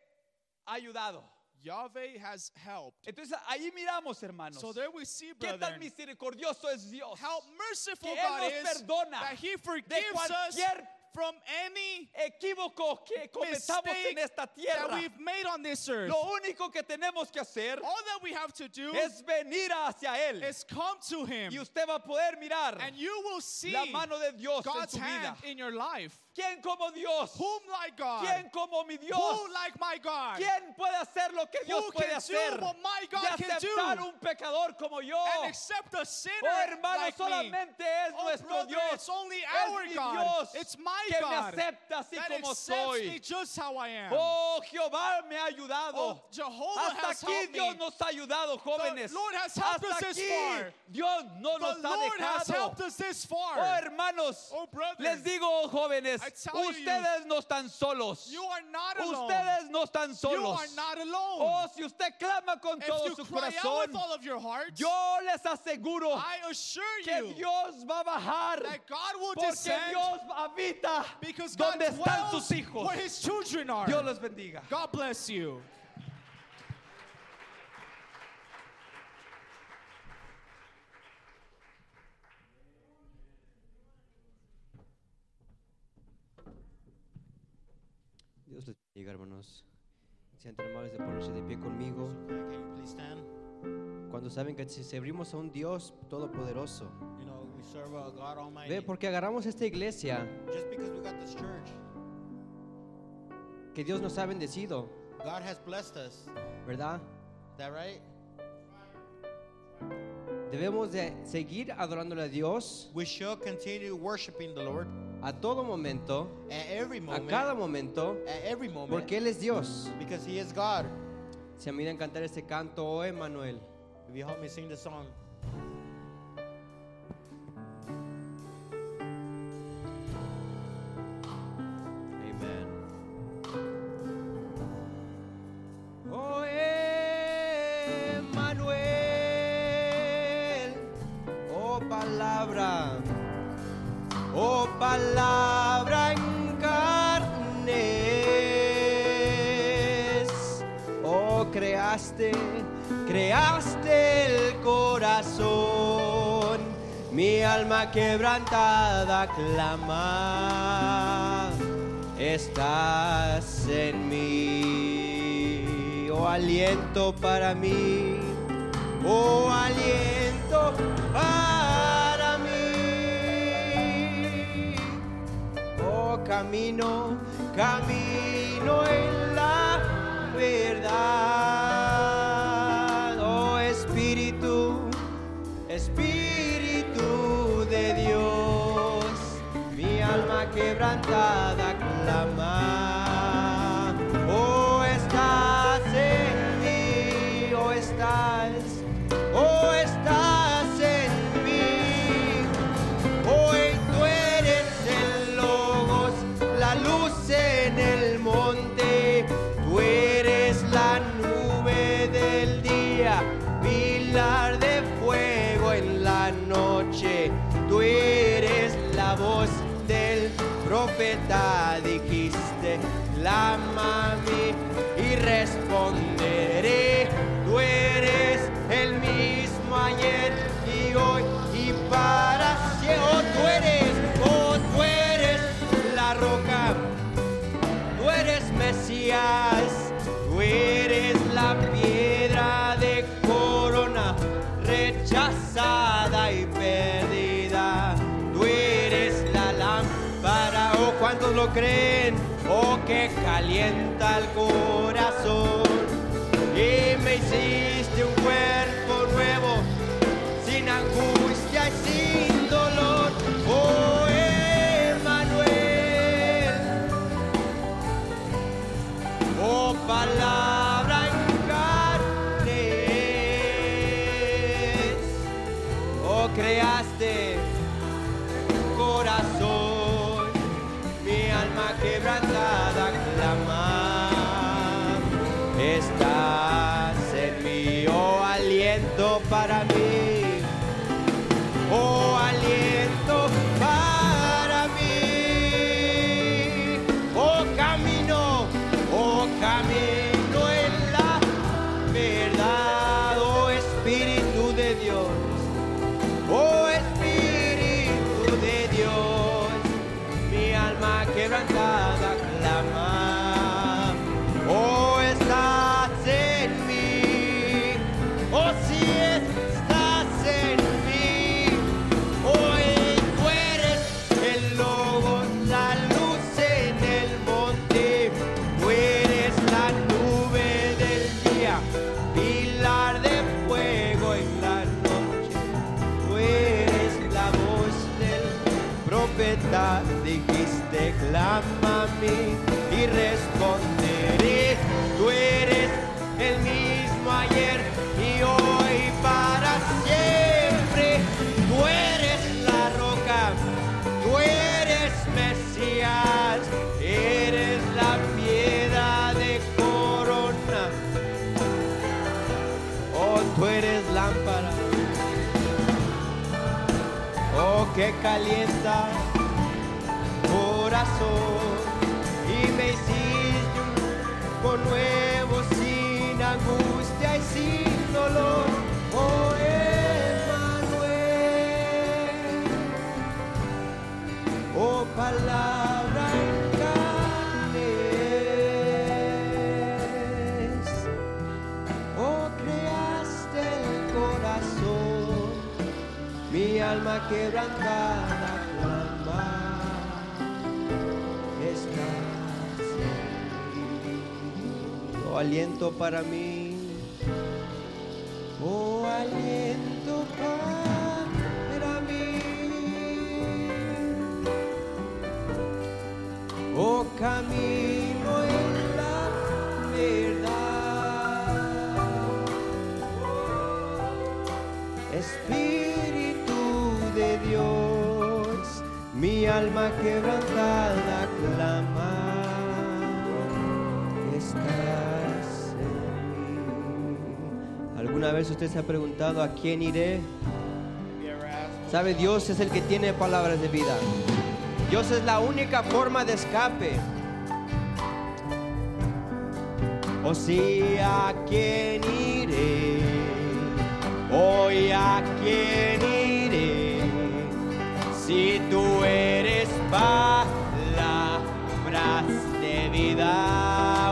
ha ayudado. Yahweh has helped. Entonces ahí miramos, hermanos, So there we see, qué tan brethren, misericioso es Dios. how merciful que Él God nos is, perdona that He de forgives us cualquier from any equívoco que cometamos en mistake esta that tierra. we've made on this earth. Lo único que tenemos que hacer All that we have to do es venir hacia Él. is come to Him, Y usted va a poder mirar and you will see la mano de Dios en God's su hand vida. in your life. ¿Quién como Dios? Whom like God? ¿Quién como mi Who Dios? like my God? ¿Quién puede hacer lo que Dios Who puede can do hacer? what my God y can aceptar do? un pecador como yo. And accept a sinner Oh, hermano, like me. solamente es Oh, nuestro brother, Dios. It's only Es our mi God. Dios It's my que me God. acepta así that como accepts soy. me just how I am. Oh, Jehová me ha ayudado. Oh, Jehovah Hasta has aquí helped Dios me. nos ha ayudado, jóvenes. Lord has helped Hasta us this aquí far. Dios no the nos ha Lord has dejado. helped us this far. Oh, hermanos, Oh, brethren. les digo, jóvenes, I tell you, ustedes no están solos. you are not alone. Ustedes no están you solos. are not alone. Oh, si usted clama con todo if you su cry out corazón, with all of your heart, yo les aseguro I assure que you Dios va a bajar that God will porque descend Dios habita because God donde están dwells sus hijos. where his children are. Dios los bendiga. God bless you. Dios les bendiga, hermanos. Sean tan amables de ponerse de pie conmigo. Can you please stand? Cuando saben que si servimos a un Dios todopoderoso, You know, we serve a God Almighty. ve, porque agarramos esta iglesia Just because we got this church, que Dios nos ha bendecido, God has blessed us. ¿verdad? That right? Debemos de seguir adorándole a Dios We shall continue worshiping the Lord a todo momento, at every a moment. cada momento, At every moment. porque Él es Dios. Because He is God. Se me miran cantar este canto, oh Emanuel. If you help me sing the song. Amen. Oh Emmanuel, oh palabra, oh palabra en carnes, oh crear creaste, creaste el corazón. Mi alma quebrantada clama, estás en mí. Oh aliento para mí, oh aliento para mí. Oh camino, camino en la verdad. Oh Espíritu, Espíritu de Dios, mi alma quebrantada clama. Oh estás en mí, oh estás, oh estás en mí. Hoy tú eres el logos, la luz en el monte, tú eres la nube del día, pilar de fuego en la noche, tú eres la voz del profeta, dijiste, clama a mí y responderé, tú eres el mismo ayer y hoy y para siempre. Oh, tú eres, oh, tú eres la roca, tú eres Mesías, tú eres la piedra de corona, rechazada y perdida, tú eres la lámpara, oh, ¿cuántos lo creen? Oh, que calienta el corazón y me hiciste un cuerpo nuevo, sin angustia y sin dolor. Oh, Emmanuel, oh, palabra en carne, oh, creaste un corazón, mi alma quebrantada clama estás en mí, oh aliento para mí, oh aliento para mí, oh camino, oh camino en la verdad, oh Espíritu de Dios, oh Espíritu de Dios, mi alma quebrantada clama, oh estás en mí, oh si estás en mí, hoy tú eres el lobo, la luz en el monte, tú eres la nube del día, pilar de fuego en la noche, tú eres la voz del profeta dijiste, clama a mí y responderé. Tú eres el mismo ayer y hoy para siempre. Tú eres la roca, tú eres Mesías, eres la piedra de corona. Oh, tú eres lámpara. Oh, que calienta corazón y me hiciste un cuerpo nuevo sin angustia y sin dolor. Oh, Emmanuel. Oh, palabra en carne es. Oh, creaste el corazón mi alma quebrantada clama estás en mí. oh aliento para mí oh aliento para mí oh camino en la verdad Espíritu de Dios, mi alma quebrantada clama, estás en mí. ¿Alguna vez usted se ha preguntado a quién iré? Sabe, Dios es el que tiene palabras de vida. Dios es la única forma de escape. o si a quién iré, hoy a quién iré, si tú eres palabras de vida,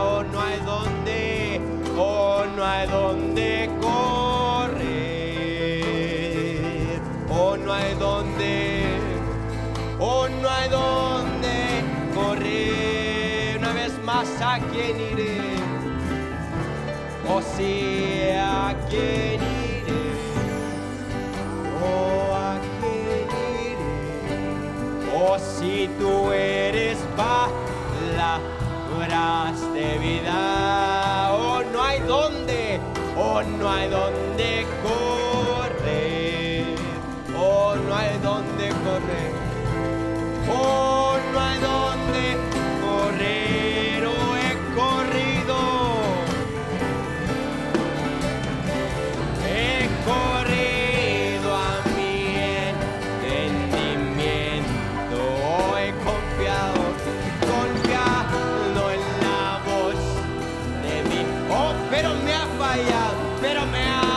o no hay donde, o no hay donde correr, o no hay donde oh no hay donde correr. Una vez más, ¿a quién iré? O si ¿a quién iré? Oh, ¿a quién iré? Oh, si tú eres palabras de vida, oh, no hay donde, oh, no hay donde correr, oh, no hay donde correr. Oh, no hay donde correr, oh, he corrido. He corrido a mi entendimiento, oh, he confiado, confiado en la voz de mí. Oh, pero me ha fallado, pero me ha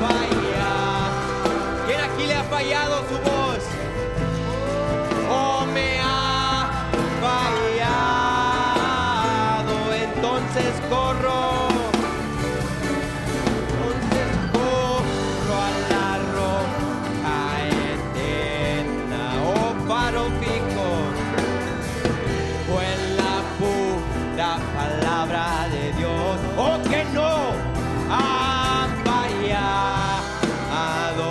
fallado. ¿Quién aquí le ha fallado tu voz? Oh, me ha fallado, entonces corro, entonces corro a la roca eterna, oh paro pico, fue la pura palabra de Dios, oh que no ha fallado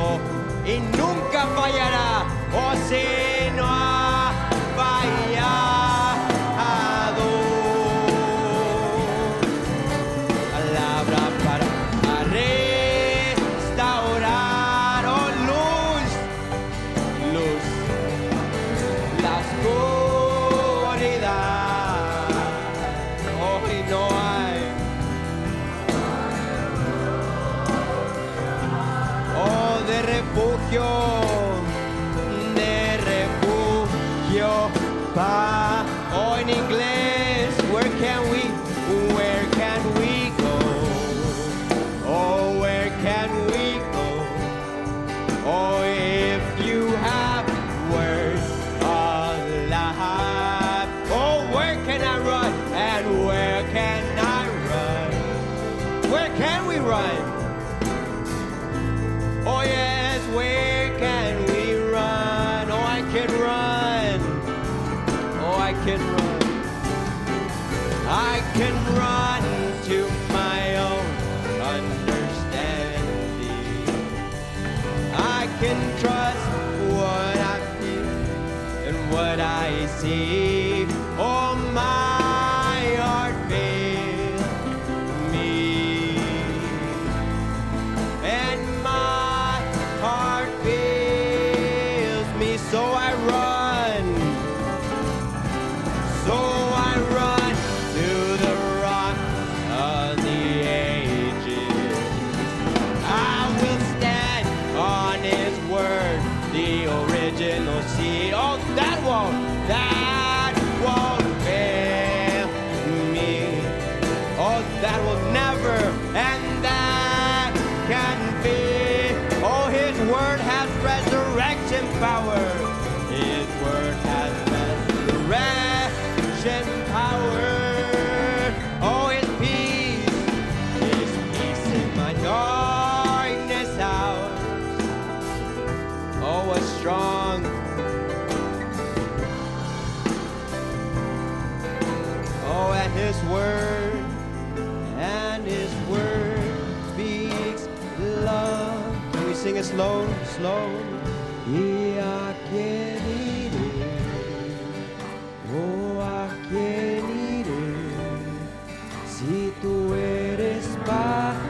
y nunca fallará, oh si no ha fallado palabra para restaurar, oh luz, luz, la oscuridad. Hoy no hay, oh de refugio, de refugio, pa. Oh en inglés, where can we, where can we go? Oh, where can we go? Oh, if you have words of life, oh, where can I run? And where can I run? Where can we run? Oh, yes, where can we run? Oh, I can run. Oh, I can run. I can run to my own understanding. I can trust what I feel and what I see. Oh, my heart failed me, and my heart fails me, so I run. So I run to the rock of the ages. I will stand on his word, the original seed. Oh, that won't, that won't fail me. Oh, that will never, and that can be. Oh, his word has resurrection power. His word has resurrection power. Oh, his peace, his peace in my darkness hours. Oh, was strong. Oh, and his word, and his word speaks love. Can we sing it slow, slow? Y a quien iré, oh a quien iré, si tú eres palabras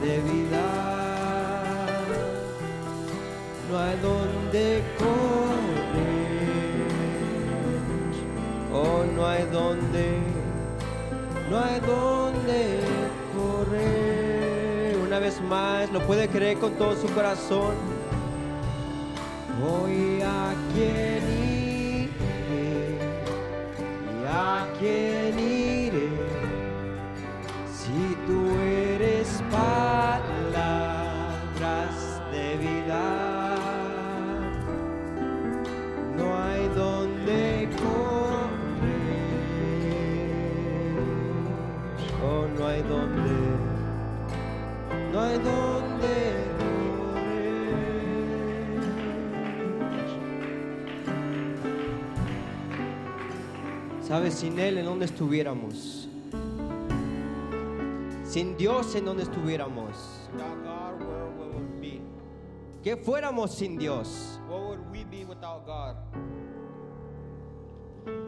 de vida, no hay donde correr, oh no hay donde, no hay donde correr. Una vez más, lo puede creer con todo su corazón. Hoy a quien iré, y a quien iré. Oh, no hay donde correr. Sabes, sin Él, ¿en dónde estuviéramos? Sin Dios, ¿en dónde estuviéramos? Without God, where would we be? ¿Qué fuéramos sin Dios? What would we be without God?